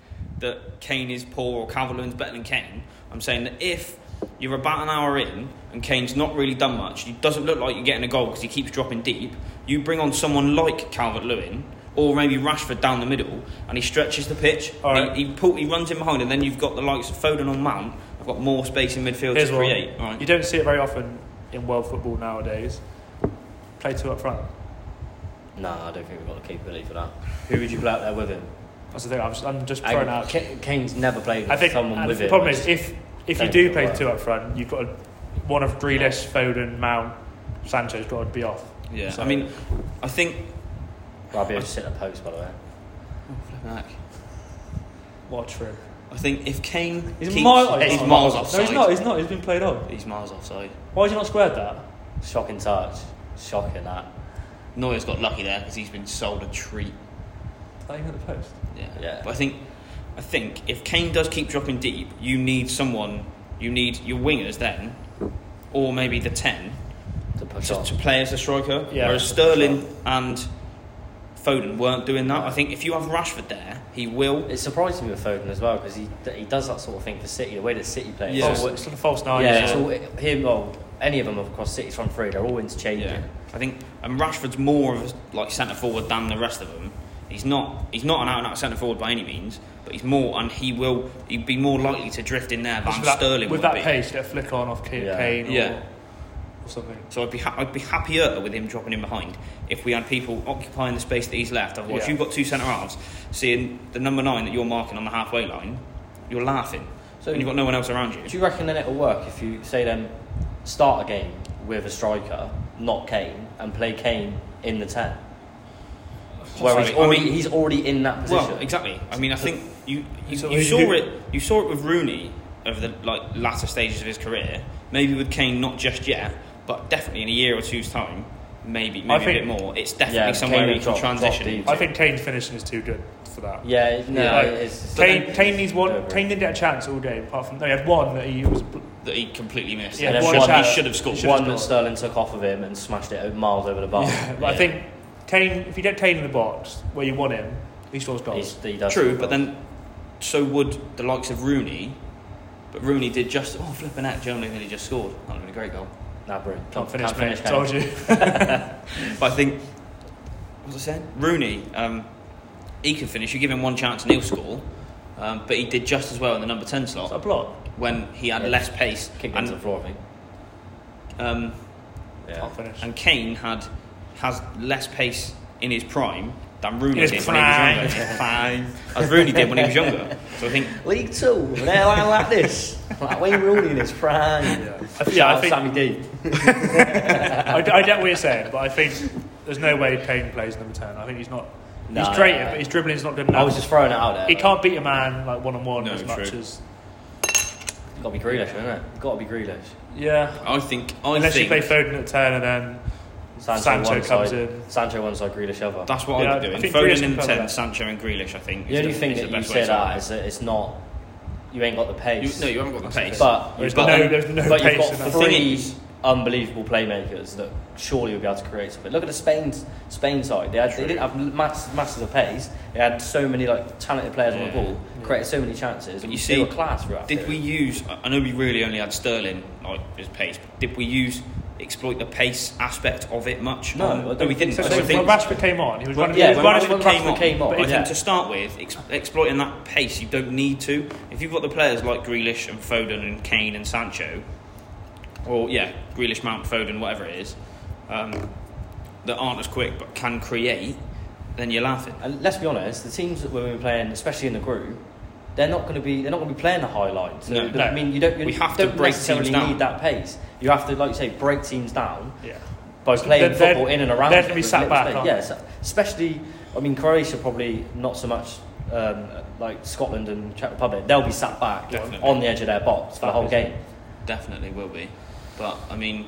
Speaker 1: that Kane is poor or Calvert-Lewin's better than Kane. I'm saying that if you're about an hour in and Kane's not really done much, he doesn't look like you're getting a goal because he keeps dropping deep. You bring on someone like Calvert-Lewin or maybe Rashford down the middle, and he stretches the pitch.
Speaker 3: All right.
Speaker 1: He, he, pull, he runs in behind, and then you've got the likes of Foden on Mount. I've got more space in midfield
Speaker 3: Here's
Speaker 1: to
Speaker 3: one.
Speaker 1: create. All right.
Speaker 3: You don't see it very often in world football nowadays. Play two up front.
Speaker 2: No, I don't think we've got the capability for that. Who would you play out there with him?
Speaker 3: That's the thing. I'm just, I'm just
Speaker 2: I-
Speaker 3: throwing out.
Speaker 2: Ka- Kane's never played
Speaker 3: I
Speaker 2: with
Speaker 3: think
Speaker 2: someone
Speaker 3: and
Speaker 2: with
Speaker 3: the
Speaker 2: him.
Speaker 3: problem is if if you
Speaker 2: Don't
Speaker 3: do
Speaker 2: think
Speaker 3: play
Speaker 2: it
Speaker 3: two up front, you've got to, one of Grealish, Foden, Mount, Sancho's got to be off.
Speaker 1: Yeah.
Speaker 3: So-
Speaker 1: I mean, I think.
Speaker 2: Well, I'll be able to sit at post, by the way.
Speaker 3: Watch for him.
Speaker 1: I think if Kane
Speaker 3: He's
Speaker 1: keeps,
Speaker 3: miles.
Speaker 1: he's miles
Speaker 3: No,
Speaker 1: offside.
Speaker 3: he's not. He's not. He's been played on.
Speaker 1: He's miles offside.
Speaker 3: Why has he not squared that?
Speaker 2: Shocking touch. Shocking that.
Speaker 1: Neuer's got lucky there because he's been sold a treat.
Speaker 3: That ain't at the post.
Speaker 1: Yeah.
Speaker 2: Yeah.
Speaker 1: But I think, I think if Kane does keep dropping deep, you need someone. You need your wingers then, or maybe the ten
Speaker 2: To push
Speaker 1: to,
Speaker 2: on.
Speaker 1: to play as a striker.
Speaker 3: Yeah.
Speaker 1: Whereas Sterling and Foden weren't doing that. I think if you have Rashford there, he will.
Speaker 2: It surprised me with Foden as well because he, he does that sort of thing for City, the way that City plays.
Speaker 1: Yeah.
Speaker 2: It's
Speaker 3: False,
Speaker 2: all-
Speaker 3: it's like a false nine.
Speaker 2: yeah,
Speaker 3: isn't
Speaker 2: it's
Speaker 3: it?
Speaker 2: all, him, well, any of them across City's front three, they're all interchanging.
Speaker 1: Yeah. I think, and Rashford's more of a, like centre forward than the rest of them. He's not he's not an out and out centre forward by any means, but he's more and he will he'd be more likely to drift in there
Speaker 3: Just
Speaker 1: than
Speaker 3: with that,
Speaker 1: Sterling
Speaker 3: with
Speaker 1: would
Speaker 3: that
Speaker 1: be.
Speaker 3: pace, get a flick on off Kane,
Speaker 2: Yeah.
Speaker 3: Kane or,
Speaker 1: Yeah.
Speaker 3: or something.
Speaker 1: So I'd be ha- I'd be happier with him dropping in behind if we had people occupying the space that he's left. Otherwise,
Speaker 3: Yeah.
Speaker 1: you've got two centre halves seeing the number nine that you're marking on the halfway line. You're laughing,
Speaker 2: So-
Speaker 1: and you've got no one else around you.
Speaker 2: Do you reckon then it'll work if you say then start a game with a striker, not Kane, and play Kane in the ten? Whereas
Speaker 1: Possibly. I
Speaker 2: already,
Speaker 1: mean-
Speaker 2: he's already in that position.
Speaker 1: Well, exactly. I mean, I think you you,
Speaker 3: So
Speaker 1: you
Speaker 3: who-
Speaker 1: saw
Speaker 3: who-
Speaker 1: it you saw it with Rooney over the like latter stages of his career. Maybe with Kane, not just yet, but definitely in a year or two's time, maybe maybe a bit
Speaker 3: think-
Speaker 1: more. It's definitely
Speaker 2: Yeah,
Speaker 1: somewhere
Speaker 2: Kane
Speaker 1: you can
Speaker 2: dropped- dropped
Speaker 1: transition.
Speaker 2: deep.
Speaker 3: I think Kane's finishing is too good for that.
Speaker 2: Yeah, no,
Speaker 1: Yeah.
Speaker 2: it's,
Speaker 3: Kane, Kane needs one.
Speaker 2: Over.
Speaker 3: Kane didn't get a chance all game, apart from no, he had one that he was.
Speaker 1: that he completely missed.
Speaker 3: Yeah,
Speaker 1: Yeah,
Speaker 2: and
Speaker 1: one
Speaker 2: then
Speaker 1: he
Speaker 2: one-
Speaker 1: should have scored.
Speaker 3: Should-
Speaker 2: one
Speaker 3: scored.
Speaker 2: that Sterling took off of him and smashed it miles over the bar.
Speaker 3: But I think Kane, if you get Kane in the box where you want him, he scores goals.
Speaker 2: He's, he does
Speaker 1: True, but then so would the likes of Rooney. But Rooney did just oh flipping out. Germany nearly just scored. That would have been a great goal.
Speaker 2: nah, bro, can't,
Speaker 3: Can't finish,
Speaker 2: can't
Speaker 3: mate.
Speaker 2: finish Kane. [LAUGHS]
Speaker 3: Told you. [LAUGHS]
Speaker 1: But I think what was I saying? Rooney, um, he can finish. You give him one chance and he'll score. Um, but he did just as well in the number ten
Speaker 3: It's a
Speaker 1: slot
Speaker 3: block.
Speaker 1: when he had
Speaker 2: Yeah.
Speaker 1: less pace.
Speaker 2: Kicked into the
Speaker 1: And,
Speaker 2: floor, I think.
Speaker 1: um,
Speaker 2: Yeah.
Speaker 3: Can't finish.
Speaker 1: and Kane had has less pace in his prime than Rooney
Speaker 3: his
Speaker 1: did when he was younger. [LAUGHS] As Rooney did when he was younger. So I think
Speaker 2: League Two, they're like, like [LAUGHS] this. Like Wayne Rooney in his prime.
Speaker 3: I think- yeah, I think
Speaker 2: Sammy D.
Speaker 3: I, I get what you're saying, but I think there's no way Kane plays number ten. I think he's not.
Speaker 2: No.
Speaker 3: he's great, but his dribbling's not good enough.
Speaker 2: I was just throwing it out there.
Speaker 3: he
Speaker 2: like,
Speaker 3: can't beat a man like one on one
Speaker 1: No,
Speaker 3: as much
Speaker 1: true.
Speaker 3: as
Speaker 2: Got to be Grealish, isn't it? Got to be Grealish.
Speaker 3: yeah.
Speaker 1: I think I
Speaker 3: Unless you
Speaker 1: think
Speaker 3: play Foden at ten and then
Speaker 2: Sancho,
Speaker 3: Sancho
Speaker 2: one
Speaker 3: comes
Speaker 2: side,
Speaker 3: in.
Speaker 2: Sancho one side, Grealish other.
Speaker 1: that's what
Speaker 3: Yeah,
Speaker 1: I'd be
Speaker 3: I
Speaker 1: doing.
Speaker 3: think
Speaker 1: Foden in
Speaker 3: Grealish
Speaker 1: the
Speaker 3: can cover
Speaker 1: ten,
Speaker 3: that.
Speaker 1: Sancho and Grealish. I think
Speaker 2: the
Speaker 1: is
Speaker 2: only thing
Speaker 1: is
Speaker 2: that
Speaker 1: the
Speaker 2: you
Speaker 1: best
Speaker 2: say
Speaker 1: way to go.
Speaker 2: that is that it's not. You ain't got the
Speaker 1: You,
Speaker 2: pace.
Speaker 1: no, you haven't got the pace.
Speaker 2: but
Speaker 3: There's
Speaker 2: you've got,
Speaker 3: no- there's no
Speaker 2: but you've
Speaker 3: pace
Speaker 2: got
Speaker 3: in that.
Speaker 1: The thing
Speaker 2: three
Speaker 1: is-
Speaker 2: unbelievable playmakers that surely you'll be able to create something. Look at the Spain Spain side. They, had, they didn't have mass, masses of pace. They had so many like talented players on the
Speaker 1: Yeah.
Speaker 2: ball, created so many chances.
Speaker 1: But
Speaker 2: And
Speaker 1: you
Speaker 2: you
Speaker 1: see,
Speaker 2: see, they were class throughout.
Speaker 1: Did we use? I I know we really only had Sterling like his pace. But did we use exploit the pace aspect of it much?
Speaker 2: No,
Speaker 1: Um,
Speaker 2: I don't
Speaker 1: we didn't.
Speaker 3: So,
Speaker 1: So
Speaker 3: so
Speaker 1: I
Speaker 3: when
Speaker 1: think
Speaker 3: Rashford came on, he was running.
Speaker 2: yeah,
Speaker 3: he was
Speaker 2: when
Speaker 3: running
Speaker 2: Rashford-
Speaker 3: with-
Speaker 2: came on-
Speaker 1: but
Speaker 2: yeah.
Speaker 1: I think to start with, ex- exploiting that pace, you don't need to. If you've got the players like Grealish and Foden and Kane and Sancho, or yeah, Grealish, Mount, Foden, whatever it is, um, that aren't as quick but can create, then you're laughing.
Speaker 2: And let's be honest, the teams that we've been playing, especially in the group, they're not going to be they're not going to be playing the high line. So
Speaker 1: No.
Speaker 2: the- I mean, you don't you
Speaker 1: We have to
Speaker 2: don't
Speaker 1: break
Speaker 2: necessarily
Speaker 1: teams down.
Speaker 2: need that pace. You have to, like you say, break teams down
Speaker 3: Yeah.
Speaker 2: by playing
Speaker 3: they're-
Speaker 2: football in and around.
Speaker 3: they're
Speaker 2: it
Speaker 3: gonna be
Speaker 2: with
Speaker 3: sat
Speaker 2: little
Speaker 3: back,
Speaker 2: space.
Speaker 3: aren't
Speaker 2: Yeah, so- especially I mean Croatia probably not so much um, like Scotland and Czech Republic. They'll be sat back
Speaker 1: Definitely.
Speaker 2: on the edge of their box for the whole game.
Speaker 1: Definitely will be. But I mean,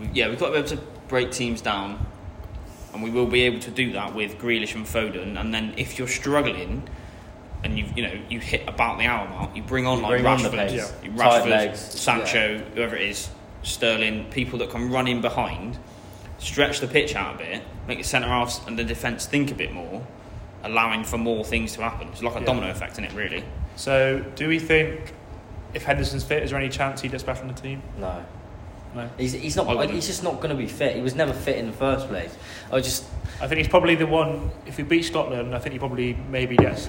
Speaker 1: we, yeah, we've got to be able to break teams down, and we will be able to do that with Grealish and Foden. And then if you're struggling, and you you know you hit about the hour mark, you bring on
Speaker 2: You
Speaker 1: like
Speaker 2: bring on the
Speaker 1: Rashford,
Speaker 2: pace.
Speaker 3: Yeah.
Speaker 1: you-
Speaker 2: Tight
Speaker 1: Rashford,
Speaker 2: legs.
Speaker 1: Sancho, whoever it is, Sterling, people that can run in behind, stretch the pitch out a bit, make the centre halves and the defence think a bit more. Allowing for more things to happen. It's like a
Speaker 3: Yeah.
Speaker 1: domino effect, isn't it, really?
Speaker 3: So, do we think if Henderson's fit, is there any chance he gets back on the team?
Speaker 2: No.
Speaker 3: No.
Speaker 2: He's, he's
Speaker 1: I
Speaker 2: not.
Speaker 1: wouldn't.
Speaker 2: He's just not going to be fit. He was never fit in the first place. I just
Speaker 3: I think he's probably the one. If we beat Scotland, I think he probably maybe gets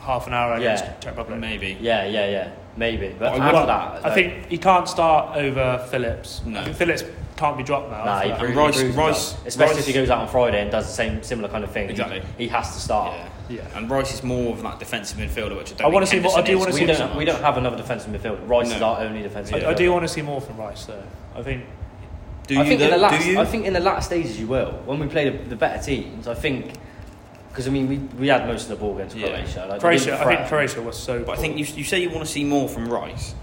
Speaker 3: half an hour against
Speaker 2: Yeah.
Speaker 3: Czech Republic.
Speaker 1: Maybe.
Speaker 2: yeah, yeah, yeah, maybe. But
Speaker 1: I
Speaker 2: after
Speaker 3: Well,
Speaker 2: that,
Speaker 3: I
Speaker 2: like-
Speaker 3: think he can't start over Phillips.
Speaker 1: No.
Speaker 3: I think Phillips can't be dropped now.
Speaker 2: Nah,
Speaker 3: after
Speaker 2: he
Speaker 3: that.
Speaker 1: And
Speaker 2: proves,
Speaker 1: Rice-
Speaker 2: he proves
Speaker 1: Rice-
Speaker 2: himself. especially
Speaker 1: Rice-
Speaker 2: if he goes out on Friday and does the same similar kind of thing. he-
Speaker 1: Exactly.
Speaker 2: he, has to start.
Speaker 1: Yeah.
Speaker 3: Oh, Yeah.
Speaker 1: And Rice is more of that defensive midfielder, which I don't.
Speaker 3: I wanna
Speaker 1: think
Speaker 3: see more- I do
Speaker 1: Henderson
Speaker 3: wanna
Speaker 1: is.
Speaker 3: see
Speaker 2: We
Speaker 3: Seems
Speaker 2: don't. We don't have another defensive midfielder. Rice is
Speaker 1: No.
Speaker 2: our only defensive.
Speaker 3: I, I do
Speaker 2: midfielder.
Speaker 3: want to see more from Rice, though. I think
Speaker 1: Do you?
Speaker 2: I think in
Speaker 1: though?
Speaker 2: the last.
Speaker 1: do you?
Speaker 2: I think in the last stages you will. When we play the, the better teams, I think. Because I mean, we, we had most of the ball against
Speaker 1: Yeah.
Speaker 2: Croatia. Like, we
Speaker 3: Croatia.
Speaker 2: didn't
Speaker 3: I think
Speaker 2: threaten.
Speaker 3: Croatia was so.
Speaker 1: but I
Speaker 3: poor.
Speaker 1: think you, you say you want to see more from Rice.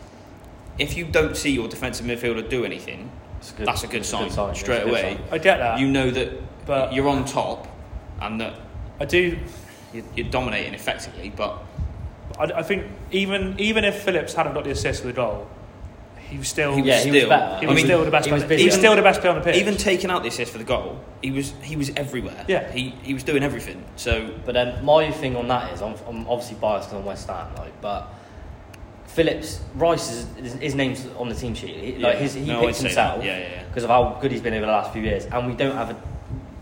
Speaker 1: If you don't see your defensive midfielder do anything,
Speaker 2: It's
Speaker 1: that's a good
Speaker 2: it's
Speaker 1: sign,
Speaker 2: yeah,
Speaker 1: straight
Speaker 2: it's a good
Speaker 1: away.
Speaker 2: sign.
Speaker 3: I get that.
Speaker 1: you know that
Speaker 3: Uh, but-
Speaker 1: you're on top, and that
Speaker 3: I do.
Speaker 1: you're, you're dominating effectively. But
Speaker 3: I, I think even even if Phillips hadn't got the assist for the goal, he was still.
Speaker 1: He was
Speaker 2: yeah, he was
Speaker 1: still-
Speaker 2: better.
Speaker 3: He
Speaker 1: I
Speaker 3: was
Speaker 1: mean,
Speaker 3: still the best.
Speaker 2: he
Speaker 3: player-
Speaker 2: was
Speaker 3: He was,
Speaker 2: busy.
Speaker 3: still the best player on the pitch.
Speaker 1: even taking out the assist for the goal, he was he was everywhere.
Speaker 3: Yeah.
Speaker 1: he he was doing everything. So
Speaker 2: But then my thing on that is, I'm, I'm obviously biased 'cause I'm West Ham, like, but Phillips Rice is his, his name's on the team sheet. He,
Speaker 1: yeah.
Speaker 2: Like his, he
Speaker 1: No, I'd
Speaker 2: picked
Speaker 1: say that.
Speaker 2: himself
Speaker 1: Yeah, yeah, yeah.
Speaker 2: because of how good he's been over the last few years, and we don't have a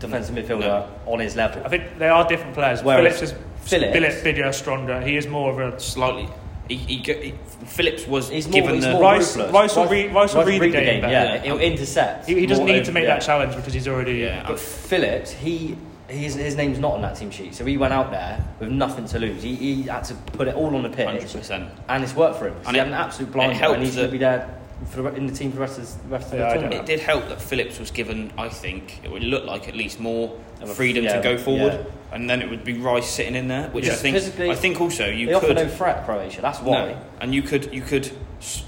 Speaker 2: defensive midfielder
Speaker 1: No.
Speaker 2: on his level.
Speaker 3: I think they are different players.
Speaker 2: Whereas
Speaker 3: Phillips is
Speaker 2: Phillips-
Speaker 3: Phillips bigger, stronger. He is more of a
Speaker 1: Slightly. He, he, go- he, Phillips was
Speaker 2: He's more,
Speaker 1: given
Speaker 2: he's
Speaker 1: the.
Speaker 2: more
Speaker 3: Rice-
Speaker 2: ruthless.
Speaker 3: Rice will read- Rice will read the game better.
Speaker 2: yeah. He'll intercept.
Speaker 3: he, he doesn't
Speaker 2: more
Speaker 3: need to
Speaker 2: over-
Speaker 3: make
Speaker 2: yeah.
Speaker 3: that challenge because he's already
Speaker 1: Yeah.
Speaker 2: But Phillips, he his, his name's not on that team sheet, so he went out there with nothing to lose. He, he had to put it all on the pitch,
Speaker 1: 100%.
Speaker 2: and it's worked for him.
Speaker 1: And
Speaker 2: he
Speaker 1: it-
Speaker 2: had an absolute
Speaker 1: it
Speaker 2: blind spot,
Speaker 1: helped
Speaker 2: and he's
Speaker 1: that-
Speaker 2: going to be there for the, re- in the team for the rest of the rest of the
Speaker 3: Yeah, I
Speaker 2: tournament.
Speaker 1: It did help that Phillips was given, I think, it would look like at least more
Speaker 2: Of a-
Speaker 1: freedom
Speaker 2: yeah,
Speaker 1: to go forward,
Speaker 2: yeah.
Speaker 1: and then it would be Rice sitting in there, which
Speaker 3: Yeah.
Speaker 1: I think.
Speaker 2: Physically,
Speaker 1: I think also you
Speaker 2: they offer
Speaker 1: could
Speaker 2: no threat, Croatia. That's why.
Speaker 1: No. and you could you could s-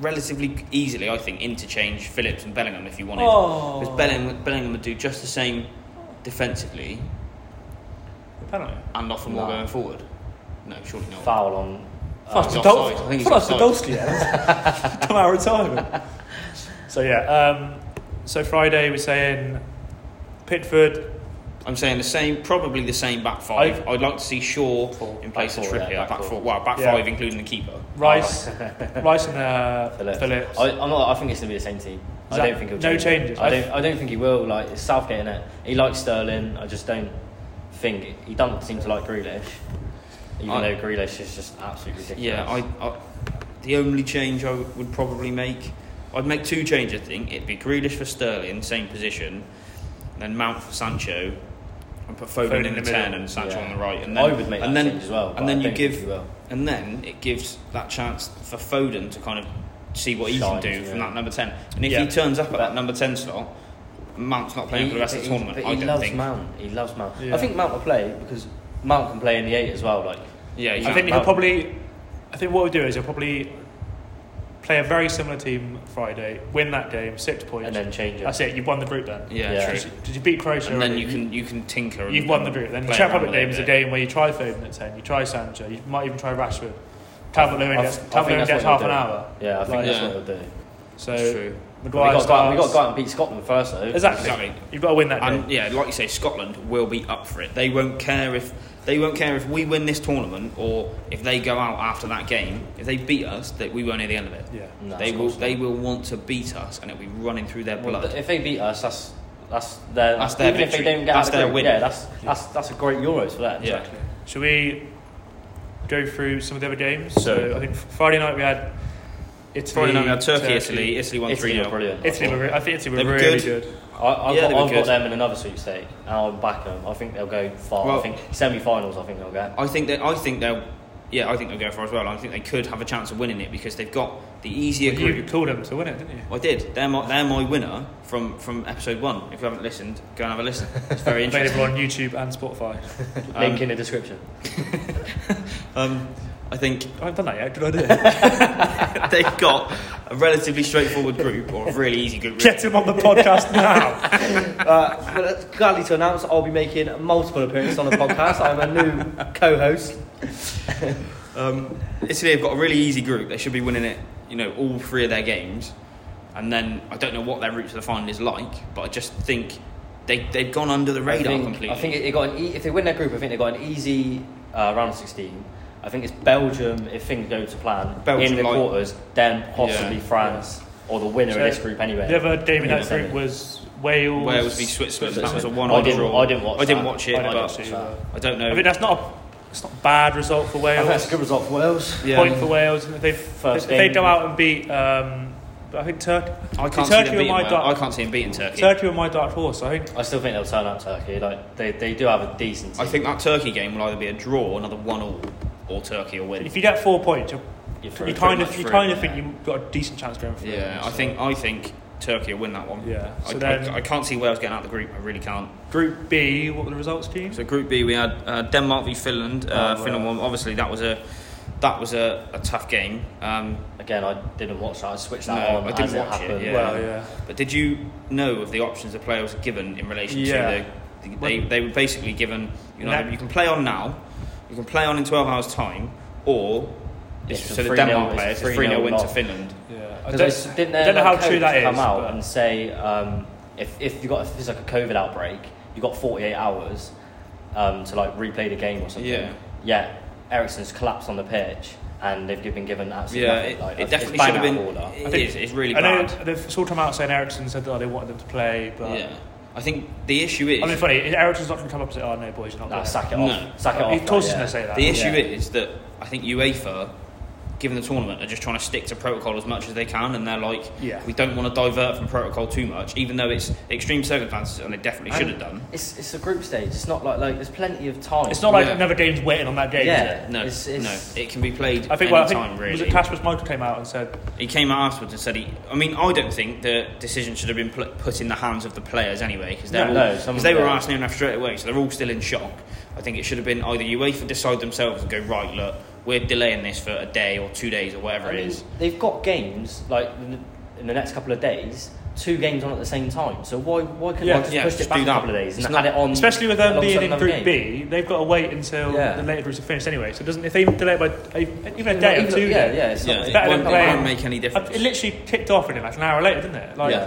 Speaker 1: relatively easily, I think, interchange Phillips and Bellingham if you wanted,
Speaker 2: Oh.
Speaker 1: because Bellingham, Bellingham would do just the same defensively
Speaker 3: penalty.
Speaker 1: and offer more
Speaker 2: No.
Speaker 1: going forward. No, surely not.
Speaker 2: Foul on.
Speaker 1: Fuck,
Speaker 3: Fuck
Speaker 1: he's offside. I think he's offside.
Speaker 3: Come out of retirement. so yeah. Um, so Friday we're saying Pitford.
Speaker 1: I'm saying the same, probably the same back five. I, would like to see Shaw
Speaker 2: Four.
Speaker 1: in place
Speaker 2: Back
Speaker 1: of
Speaker 2: four, yeah,
Speaker 1: Trippier.
Speaker 2: back
Speaker 1: back,
Speaker 2: four.
Speaker 1: four. Wow, back
Speaker 3: Yeah.
Speaker 1: five including the keeper.
Speaker 3: Rice,
Speaker 2: [LAUGHS]
Speaker 3: Rice, and uh, Phillips.
Speaker 2: Oh. Phillips. I, I'm not, I think it's going to be the same team. I
Speaker 3: Zach-
Speaker 2: don't think he'll
Speaker 3: no
Speaker 2: change.
Speaker 3: changes.
Speaker 2: I don't. I don't think he will. Like it's Southgate in it. He likes Sterling. I just don't think he doesn't seem to like Grealish. Even
Speaker 1: I-
Speaker 2: though Grealish is just absolutely ridiculous.
Speaker 1: Yeah, I, I the only change I would would probably make, I'd make two changes. I think it'd be Grealish for Sterling, same position, then Mount for Sancho, and put Foden, in, the, ten
Speaker 3: middle.
Speaker 1: and Sancho
Speaker 2: Yeah.
Speaker 1: on the right. And then,
Speaker 2: I would make
Speaker 1: and
Speaker 2: that
Speaker 1: then,
Speaker 2: change as well. but
Speaker 1: And then
Speaker 2: I
Speaker 1: you
Speaker 2: don't think
Speaker 1: give,
Speaker 2: he will.
Speaker 1: and then it gives that chance for Foden to kind of see what he
Speaker 2: Shine,
Speaker 1: can do from
Speaker 2: yeah.
Speaker 1: that number ten. And if
Speaker 3: Yeah.
Speaker 1: he turns up at
Speaker 2: But-
Speaker 1: that number ten slot, Mount's not playing for the rest of the
Speaker 2: but he-
Speaker 1: tournament. I
Speaker 2: But he
Speaker 1: don't
Speaker 2: loves
Speaker 1: think.
Speaker 2: Mount. He loves Mount.
Speaker 3: Yeah.
Speaker 2: I think Mount will play because Mount can play in the eight as well. Like
Speaker 1: Yeah,
Speaker 3: I think
Speaker 1: exactly.
Speaker 3: he'll
Speaker 2: Mount.
Speaker 3: probably. I think what we'll do is he'll probably play a very similar team Friday, win that game, six points.
Speaker 2: and then change it.
Speaker 3: That's it. You've won the group then.
Speaker 1: Yeah,
Speaker 2: Yeah.
Speaker 1: true.
Speaker 3: Did you beat Croatia?
Speaker 1: And then
Speaker 3: already?
Speaker 1: you can you can tinker. And,
Speaker 3: You've won the
Speaker 1: and
Speaker 3: group. Then the
Speaker 1: play
Speaker 3: Czech
Speaker 1: around
Speaker 3: Republic
Speaker 1: a little
Speaker 3: game is a
Speaker 1: bit.
Speaker 3: game where you try Foden at 10, you try Sancho, you might even try Rashford. Calvert
Speaker 2: I-
Speaker 3: Lewin
Speaker 2: I
Speaker 3: gets,
Speaker 2: think
Speaker 3: Calvert Lewin
Speaker 2: that's
Speaker 3: gets
Speaker 2: what
Speaker 3: half
Speaker 2: he'll
Speaker 3: an
Speaker 2: do.
Speaker 3: hour.
Speaker 2: Yeah, I think
Speaker 3: Like,
Speaker 2: that's
Speaker 1: yeah.
Speaker 2: what he'll do.
Speaker 1: It's
Speaker 3: So
Speaker 1: true.
Speaker 2: We got, to go,
Speaker 3: Maguire
Speaker 2: we got to go
Speaker 3: starts.
Speaker 2: out and beat Scotland first, though.
Speaker 3: Exactly.
Speaker 1: Exactly.
Speaker 3: You've got to win that game.
Speaker 1: And yeah, like you say, Scotland will be up for it. They won't care if they won't care if we win this tournament or if they go out after that game. If they beat us, that we won't hear the end of it.
Speaker 3: Yeah.
Speaker 2: No,
Speaker 1: they
Speaker 2: of
Speaker 1: will.
Speaker 2: course
Speaker 1: They
Speaker 2: not.
Speaker 1: will want to beat us, and it'll be running through their
Speaker 2: Well,
Speaker 1: blood.
Speaker 2: th- if they beat us, that's that's their
Speaker 1: That's their
Speaker 2: even if they
Speaker 1: victory.
Speaker 2: don't get
Speaker 1: That's
Speaker 2: out of the
Speaker 1: their
Speaker 2: group,
Speaker 1: win.
Speaker 2: Yeah, that's that's that's a great Euros for that.
Speaker 1: Yeah.
Speaker 2: Exactly.
Speaker 3: Should we go through some of the other games?
Speaker 2: So-
Speaker 3: So, I think Friday night we had Italy.
Speaker 1: Friday night we had Turkey, Italy. Italy won
Speaker 2: Italy
Speaker 1: three
Speaker 2: were
Speaker 1: 0
Speaker 2: brilliant. I
Speaker 3: Italy
Speaker 2: thought.
Speaker 3: were, I think Italy
Speaker 1: They
Speaker 3: were
Speaker 1: were
Speaker 3: really good.
Speaker 1: good.
Speaker 2: I, I've,
Speaker 1: Yeah, they
Speaker 2: got,
Speaker 1: were
Speaker 2: I've got
Speaker 1: good.
Speaker 2: them in another sweepstake, and I'll back them. I think they'll go far.
Speaker 1: Well-
Speaker 2: I think semi-finals. I think they'll go.
Speaker 1: I think that I think they'll. Yeah, I think they'll go for it as well. I think they could have a chance of winning it because they've got the easier group.
Speaker 3: You called them to win it, didn't you?
Speaker 1: I did. They're my, they're my winner from, from episode one. If you haven't listened, go and have a listen. It's
Speaker 2: [LAUGHS]
Speaker 1: very interesting.
Speaker 3: Available on YouTube and Spotify. [LAUGHS]
Speaker 2: Link
Speaker 1: Um,
Speaker 2: in the description.
Speaker 1: Um, I think
Speaker 3: I [LAUGHS] haven't done that yet. Good idea.
Speaker 1: [LAUGHS] they've got a relatively straightforward group or a really easy group.
Speaker 3: Get him on the podcast now.
Speaker 2: Uh, well, it's gladly to announce I'll be making multiple appearances on the podcast. I'm a [LAUGHS] new co-host.
Speaker 1: Um, Italy have got a really easy group. They should be winning it, you know, all three of their games. And then I don't know what their route to the final is like, but I just think they, they've gone under the radar
Speaker 2: I think,
Speaker 1: completely.
Speaker 2: I think they got an e- if they win their group, I think they got an easy uh, round of sixteen. I think it's Belgium if things go to plan
Speaker 1: Belgium,
Speaker 2: in the
Speaker 1: like-
Speaker 2: quarters, then possibly
Speaker 1: Yeah.
Speaker 2: France or the winner
Speaker 3: So,
Speaker 2: of this group anyway.
Speaker 3: The other game in
Speaker 2: Yeah,
Speaker 3: that group
Speaker 2: yeah.
Speaker 3: was Wales.
Speaker 1: Wales v Switzerland. That was a one
Speaker 2: I
Speaker 1: odd
Speaker 2: didn't-
Speaker 1: draw.
Speaker 2: I didn't watch
Speaker 1: I didn't
Speaker 2: that.
Speaker 1: watch it,
Speaker 3: I didn't
Speaker 1: but uh,
Speaker 3: watch it either.
Speaker 1: I don't
Speaker 3: I
Speaker 1: know.
Speaker 3: mean, uh, that's not a, it's not a bad result for
Speaker 2: I think Oh, that's
Speaker 3: Wales.
Speaker 2: a good result for Wales.
Speaker 1: yeah.
Speaker 3: Point for Wales. and If they
Speaker 2: First
Speaker 3: if they
Speaker 2: game.
Speaker 3: go out and beat, um, I think Turkey.
Speaker 1: I can't
Speaker 3: Turkey
Speaker 1: see them
Speaker 3: were
Speaker 1: beating
Speaker 3: my
Speaker 1: Wales.
Speaker 3: dark-
Speaker 1: I can't see them beating Turkey.
Speaker 3: Turkey were my dark horse. I think
Speaker 2: I still think they'll turn up Turkey. Like they, they do have a decent. Team.
Speaker 1: I think that Turkey game will either be a draw, another one all, or Turkey will win.
Speaker 3: if you get four points, you're,
Speaker 2: You're through.
Speaker 3: you kind
Speaker 1: much
Speaker 3: of you
Speaker 1: through,
Speaker 3: kind of
Speaker 1: yeah.
Speaker 3: think you've got a decent chance going through.
Speaker 1: Yeah, I
Speaker 3: So-
Speaker 1: think I think Turkey will win that one.
Speaker 3: Yeah,
Speaker 1: I,
Speaker 3: so
Speaker 1: I-
Speaker 3: then-
Speaker 1: I, can't see Wales getting out of the group. I really can't.
Speaker 3: Group B. What were the results, team?
Speaker 1: So Group B, we had uh, Denmark v Finland. Uh,
Speaker 2: Oh, wow.
Speaker 1: Finland won. Obviously, that was a that was a, a tough game. Um,
Speaker 2: Again, I didn't watch that. I switched
Speaker 1: No,
Speaker 2: that on
Speaker 1: I didn't
Speaker 2: as it
Speaker 1: watch it,
Speaker 2: happened.
Speaker 1: yeah.
Speaker 3: Well, yeah.
Speaker 1: but did you know of the options the players were given in relation
Speaker 3: Yeah.
Speaker 1: to the? the- They they were basically given. You know,
Speaker 3: That-
Speaker 1: you can play on now, you can play on in twelve hours time, or
Speaker 2: It's a
Speaker 1: so the
Speaker 2: 3-0
Speaker 1: Denmark
Speaker 2: it's
Speaker 1: players
Speaker 2: a
Speaker 1: it's a three 0 win to
Speaker 2: 3-0
Speaker 1: Finland.
Speaker 3: Yeah. I
Speaker 2: Because
Speaker 3: don't,
Speaker 2: I didn't
Speaker 3: I
Speaker 2: their,
Speaker 3: don't know how
Speaker 2: like,
Speaker 3: true
Speaker 2: coach
Speaker 3: that is.
Speaker 2: come out
Speaker 3: but-
Speaker 2: and say um, if if you got if there's like a COVID outbreak, you got 48 hours um, to like replay the game or something.
Speaker 1: Yeah.
Speaker 2: Yeah. Ericsson's collapsed on the pitch, and they've been given absolutely
Speaker 1: Yeah,
Speaker 2: nothing.
Speaker 1: it,
Speaker 2: Like,
Speaker 1: it
Speaker 2: it's
Speaker 1: definitely
Speaker 2: bang
Speaker 1: should have
Speaker 2: out
Speaker 1: been.
Speaker 2: of order.
Speaker 1: It
Speaker 3: think-
Speaker 1: is. It's really
Speaker 3: I
Speaker 1: bad.
Speaker 3: know they've sort of come out saying Ericsson said that they wanted them to play, but
Speaker 1: yeah. I think the issue is
Speaker 3: I mean, funny, Ericsson's not going to come up and say, oh, no, boys, you're not
Speaker 2: No,
Speaker 3: going.
Speaker 2: sack it
Speaker 1: No.
Speaker 2: off. Sack it off.
Speaker 3: Of course
Speaker 2: like,
Speaker 3: he's
Speaker 2: yeah.
Speaker 3: going to say that.
Speaker 1: the issue
Speaker 2: yeah.
Speaker 1: is that I think UEFA, given the tournament, are just trying to stick to protocol as much as they can, and they're like,
Speaker 3: Yeah.
Speaker 1: we don't want to divert from protocol too much, even though it's extreme circumstances, and they definitely should have done.
Speaker 2: It's it's a group stage. It's not like like there's plenty of time.
Speaker 3: It's not like
Speaker 1: Yeah.
Speaker 3: another game's waiting on that game.
Speaker 2: Yeah.
Speaker 1: No,
Speaker 2: It's- it's-
Speaker 1: no, it can be played
Speaker 3: I think.
Speaker 1: any
Speaker 3: Well, I think
Speaker 1: time, really. Mm.
Speaker 3: was it Casper's Michael came out and said,
Speaker 1: He came out afterwards and said, he, I mean, I don't think the decision should have been pl- put in the hands of the players anyway, because
Speaker 2: No, no, some of
Speaker 1: they were
Speaker 2: them-
Speaker 1: asked near enough straight away, so they're all still in shock. I think it should have been either UEFA decide themselves and go, right, look, we're delaying this for a day or two days or whatever
Speaker 2: I
Speaker 1: it
Speaker 2: mean,
Speaker 1: is.
Speaker 2: They've got games like in the- in the next couple of days, two games on at the same time. So why why couldn't
Speaker 3: Yeah,
Speaker 2: I just
Speaker 1: yeah,
Speaker 2: push
Speaker 1: just
Speaker 2: it back
Speaker 1: do
Speaker 2: a
Speaker 1: that.
Speaker 2: couple of days and
Speaker 1: It's
Speaker 2: add it on?
Speaker 3: especially with them
Speaker 2: alongside
Speaker 3: being in
Speaker 2: another game?
Speaker 3: Group B, they've got to wait until
Speaker 2: Yeah.
Speaker 3: the later groups are finished anyway. So doesn't if they delay it by a- even a
Speaker 2: Even-
Speaker 3: day or
Speaker 2: even-
Speaker 3: two,
Speaker 2: Yeah,
Speaker 3: days-
Speaker 2: yeah. It's
Speaker 1: Yeah,
Speaker 2: not,
Speaker 1: it
Speaker 3: better
Speaker 1: won't,
Speaker 3: than
Speaker 1: it won't
Speaker 3: playing-
Speaker 1: make any
Speaker 3: Uh, It
Speaker 1: difference.
Speaker 3: literally kicked off in it like an hour later, didn't it? Like,
Speaker 1: Yeah.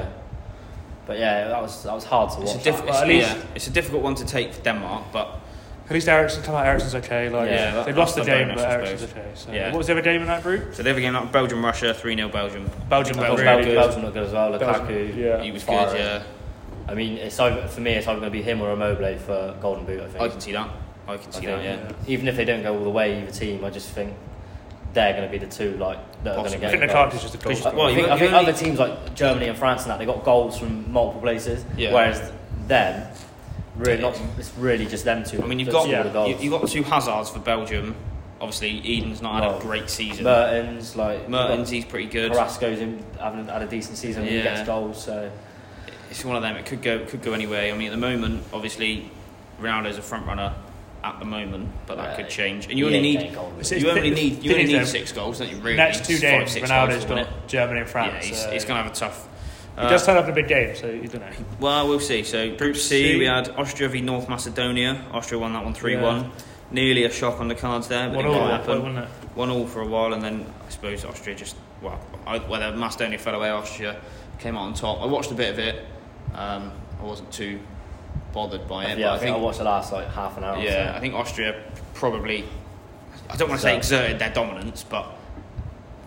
Speaker 2: But yeah, that was that was hard to watch.
Speaker 1: It's a, diff-
Speaker 3: Well,
Speaker 1: it's,
Speaker 3: at least-
Speaker 1: yeah, it's a difficult one to take for Denmark, but
Speaker 3: At least Ericsson come out. Ericsson's okay. Like
Speaker 1: Yeah, that-
Speaker 3: they've lost the
Speaker 1: that's a
Speaker 3: game,
Speaker 1: bonus,
Speaker 3: but
Speaker 1: I
Speaker 3: Ericsson's
Speaker 1: suppose.
Speaker 3: okay. So
Speaker 1: Yeah.
Speaker 3: what was the other game in that group?
Speaker 1: so they were again up Belgium, Russia, 3 0 Belgium.
Speaker 3: Belgium,
Speaker 2: I
Speaker 3: but
Speaker 2: thought
Speaker 3: really
Speaker 2: Belgium,
Speaker 3: good.
Speaker 2: Belgium looked good as well.
Speaker 3: Belgium,
Speaker 2: Lukaku.
Speaker 3: yeah.
Speaker 1: He was
Speaker 2: Fire
Speaker 1: good,
Speaker 2: it.
Speaker 1: yeah.
Speaker 2: I mean, it's either, for me, it's either going to be him or a Mobley for Golden Boot. I think.
Speaker 1: I can see that. I can
Speaker 2: I
Speaker 1: see
Speaker 2: think,
Speaker 1: that, yeah.
Speaker 2: Even if they don't go all the way, either team, I just think they're going to be the two like that are
Speaker 1: Possibly.
Speaker 2: going to get.
Speaker 3: I think the
Speaker 2: goals.
Speaker 3: card is just a goal.
Speaker 1: Because-
Speaker 2: I,
Speaker 3: scorer.
Speaker 1: well,
Speaker 2: I think,
Speaker 1: you-
Speaker 2: I think
Speaker 1: you only-
Speaker 2: other teams like Germany and France and that they got goals from multiple places,
Speaker 1: Yeah.
Speaker 2: whereas them, really
Speaker 1: Yeah.
Speaker 2: not. It's really just them two.
Speaker 1: I mean, you've
Speaker 2: that
Speaker 1: got,
Speaker 2: score the goals.
Speaker 1: you, you've got two Hazards for Belgium. Obviously, Eden's not had
Speaker 2: Well,
Speaker 1: a great season.
Speaker 2: Mertens like
Speaker 1: Mertens,
Speaker 2: you've
Speaker 1: he's pretty
Speaker 2: got
Speaker 1: good.
Speaker 2: Carrasco's in, having had a decent season. He
Speaker 1: Yeah.
Speaker 2: gets goals, so
Speaker 1: It's one of them. It could go, could go anyway. I mean, at the moment, obviously, Ronaldo's a front runner at the moment, but that
Speaker 2: Uh,
Speaker 1: could change. And you
Speaker 2: he
Speaker 1: only
Speaker 2: ain't
Speaker 1: need,
Speaker 2: getting goals,
Speaker 3: It's-
Speaker 2: really.
Speaker 1: you only need, you only
Speaker 3: Thing is,
Speaker 1: need
Speaker 3: though,
Speaker 1: six goals, don't you? Really,
Speaker 3: Next two
Speaker 1: It's
Speaker 3: days,
Speaker 1: six
Speaker 3: Ronaldo's
Speaker 1: goals,
Speaker 3: got
Speaker 1: isn't it?
Speaker 3: Germany and France.
Speaker 1: Yeah, he's,
Speaker 3: so
Speaker 1: he's going to have a tough. uh,
Speaker 3: he does turn up in a big game, so you don't know.
Speaker 1: Well, we'll see. So Group C,
Speaker 3: C.
Speaker 1: we had Austria v North Macedonia. Austria won that one three
Speaker 3: Yeah.
Speaker 1: one. Nearly a shock on the cards there, but
Speaker 3: One
Speaker 1: it
Speaker 3: all,
Speaker 1: didn't
Speaker 3: wasn't
Speaker 1: happen.
Speaker 3: it?
Speaker 1: One all for a while, and then I suppose Austria just well, I, whether Macedonia fell away, Austria came out on top. I watched a bit of it. Um, I wasn't too bothered by it.
Speaker 2: yeah.
Speaker 1: but
Speaker 2: I think I watched the last like half an hour. or
Speaker 1: yeah,
Speaker 2: so.
Speaker 1: I think Austria probably. I don't want to say exerted their dominance, but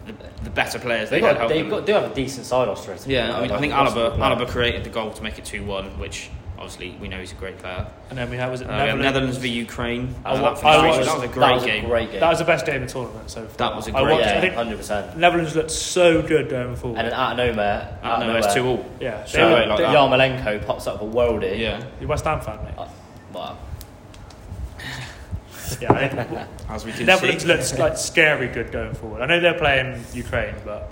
Speaker 1: the, the better players
Speaker 2: They
Speaker 1: they, had
Speaker 2: got,
Speaker 1: helped
Speaker 2: they
Speaker 1: them.
Speaker 2: got, do have a decent side Austria. to be
Speaker 1: Yeah, I
Speaker 2: fair,
Speaker 1: mean, I
Speaker 2: like,
Speaker 1: think
Speaker 2: they've got some
Speaker 1: Alaba,
Speaker 2: good
Speaker 1: Alaba
Speaker 2: players.
Speaker 1: created the goal to make it 2 1, which obviously we know he's a great player.
Speaker 3: And then we had was
Speaker 1: Uh,
Speaker 3: it
Speaker 1: we had
Speaker 3: Netherlands?
Speaker 1: Netherlands v Ukraine.
Speaker 2: I
Speaker 1: Uh,
Speaker 3: wa-
Speaker 1: that,
Speaker 3: I
Speaker 1: finished
Speaker 3: watched-
Speaker 1: that was a
Speaker 2: that
Speaker 1: great
Speaker 2: was
Speaker 1: game.
Speaker 2: A great game.
Speaker 3: That was the best day in the tournament so far.
Speaker 1: That was a
Speaker 3: I
Speaker 1: great
Speaker 3: watched,
Speaker 1: game.
Speaker 3: I
Speaker 2: yeah,
Speaker 3: think
Speaker 2: hundred percent.
Speaker 3: Netherlands looked so good going forward.
Speaker 2: And then out of nowhere,
Speaker 1: Uh, no, it's 2 all.
Speaker 3: yeah,
Speaker 1: So,
Speaker 3: they were-
Speaker 1: like
Speaker 2: So
Speaker 1: that.
Speaker 2: Yarmolenko pops up with a worldie.
Speaker 1: Yeah,
Speaker 3: you West Ham fan,
Speaker 1: [LAUGHS]
Speaker 3: mate.
Speaker 2: Uh, Wow.
Speaker 3: Yeah, I think
Speaker 1: as we
Speaker 3: the
Speaker 1: can
Speaker 3: Netherlands
Speaker 1: see.
Speaker 3: looked like scary good going forward. I know they're playing Ukraine, but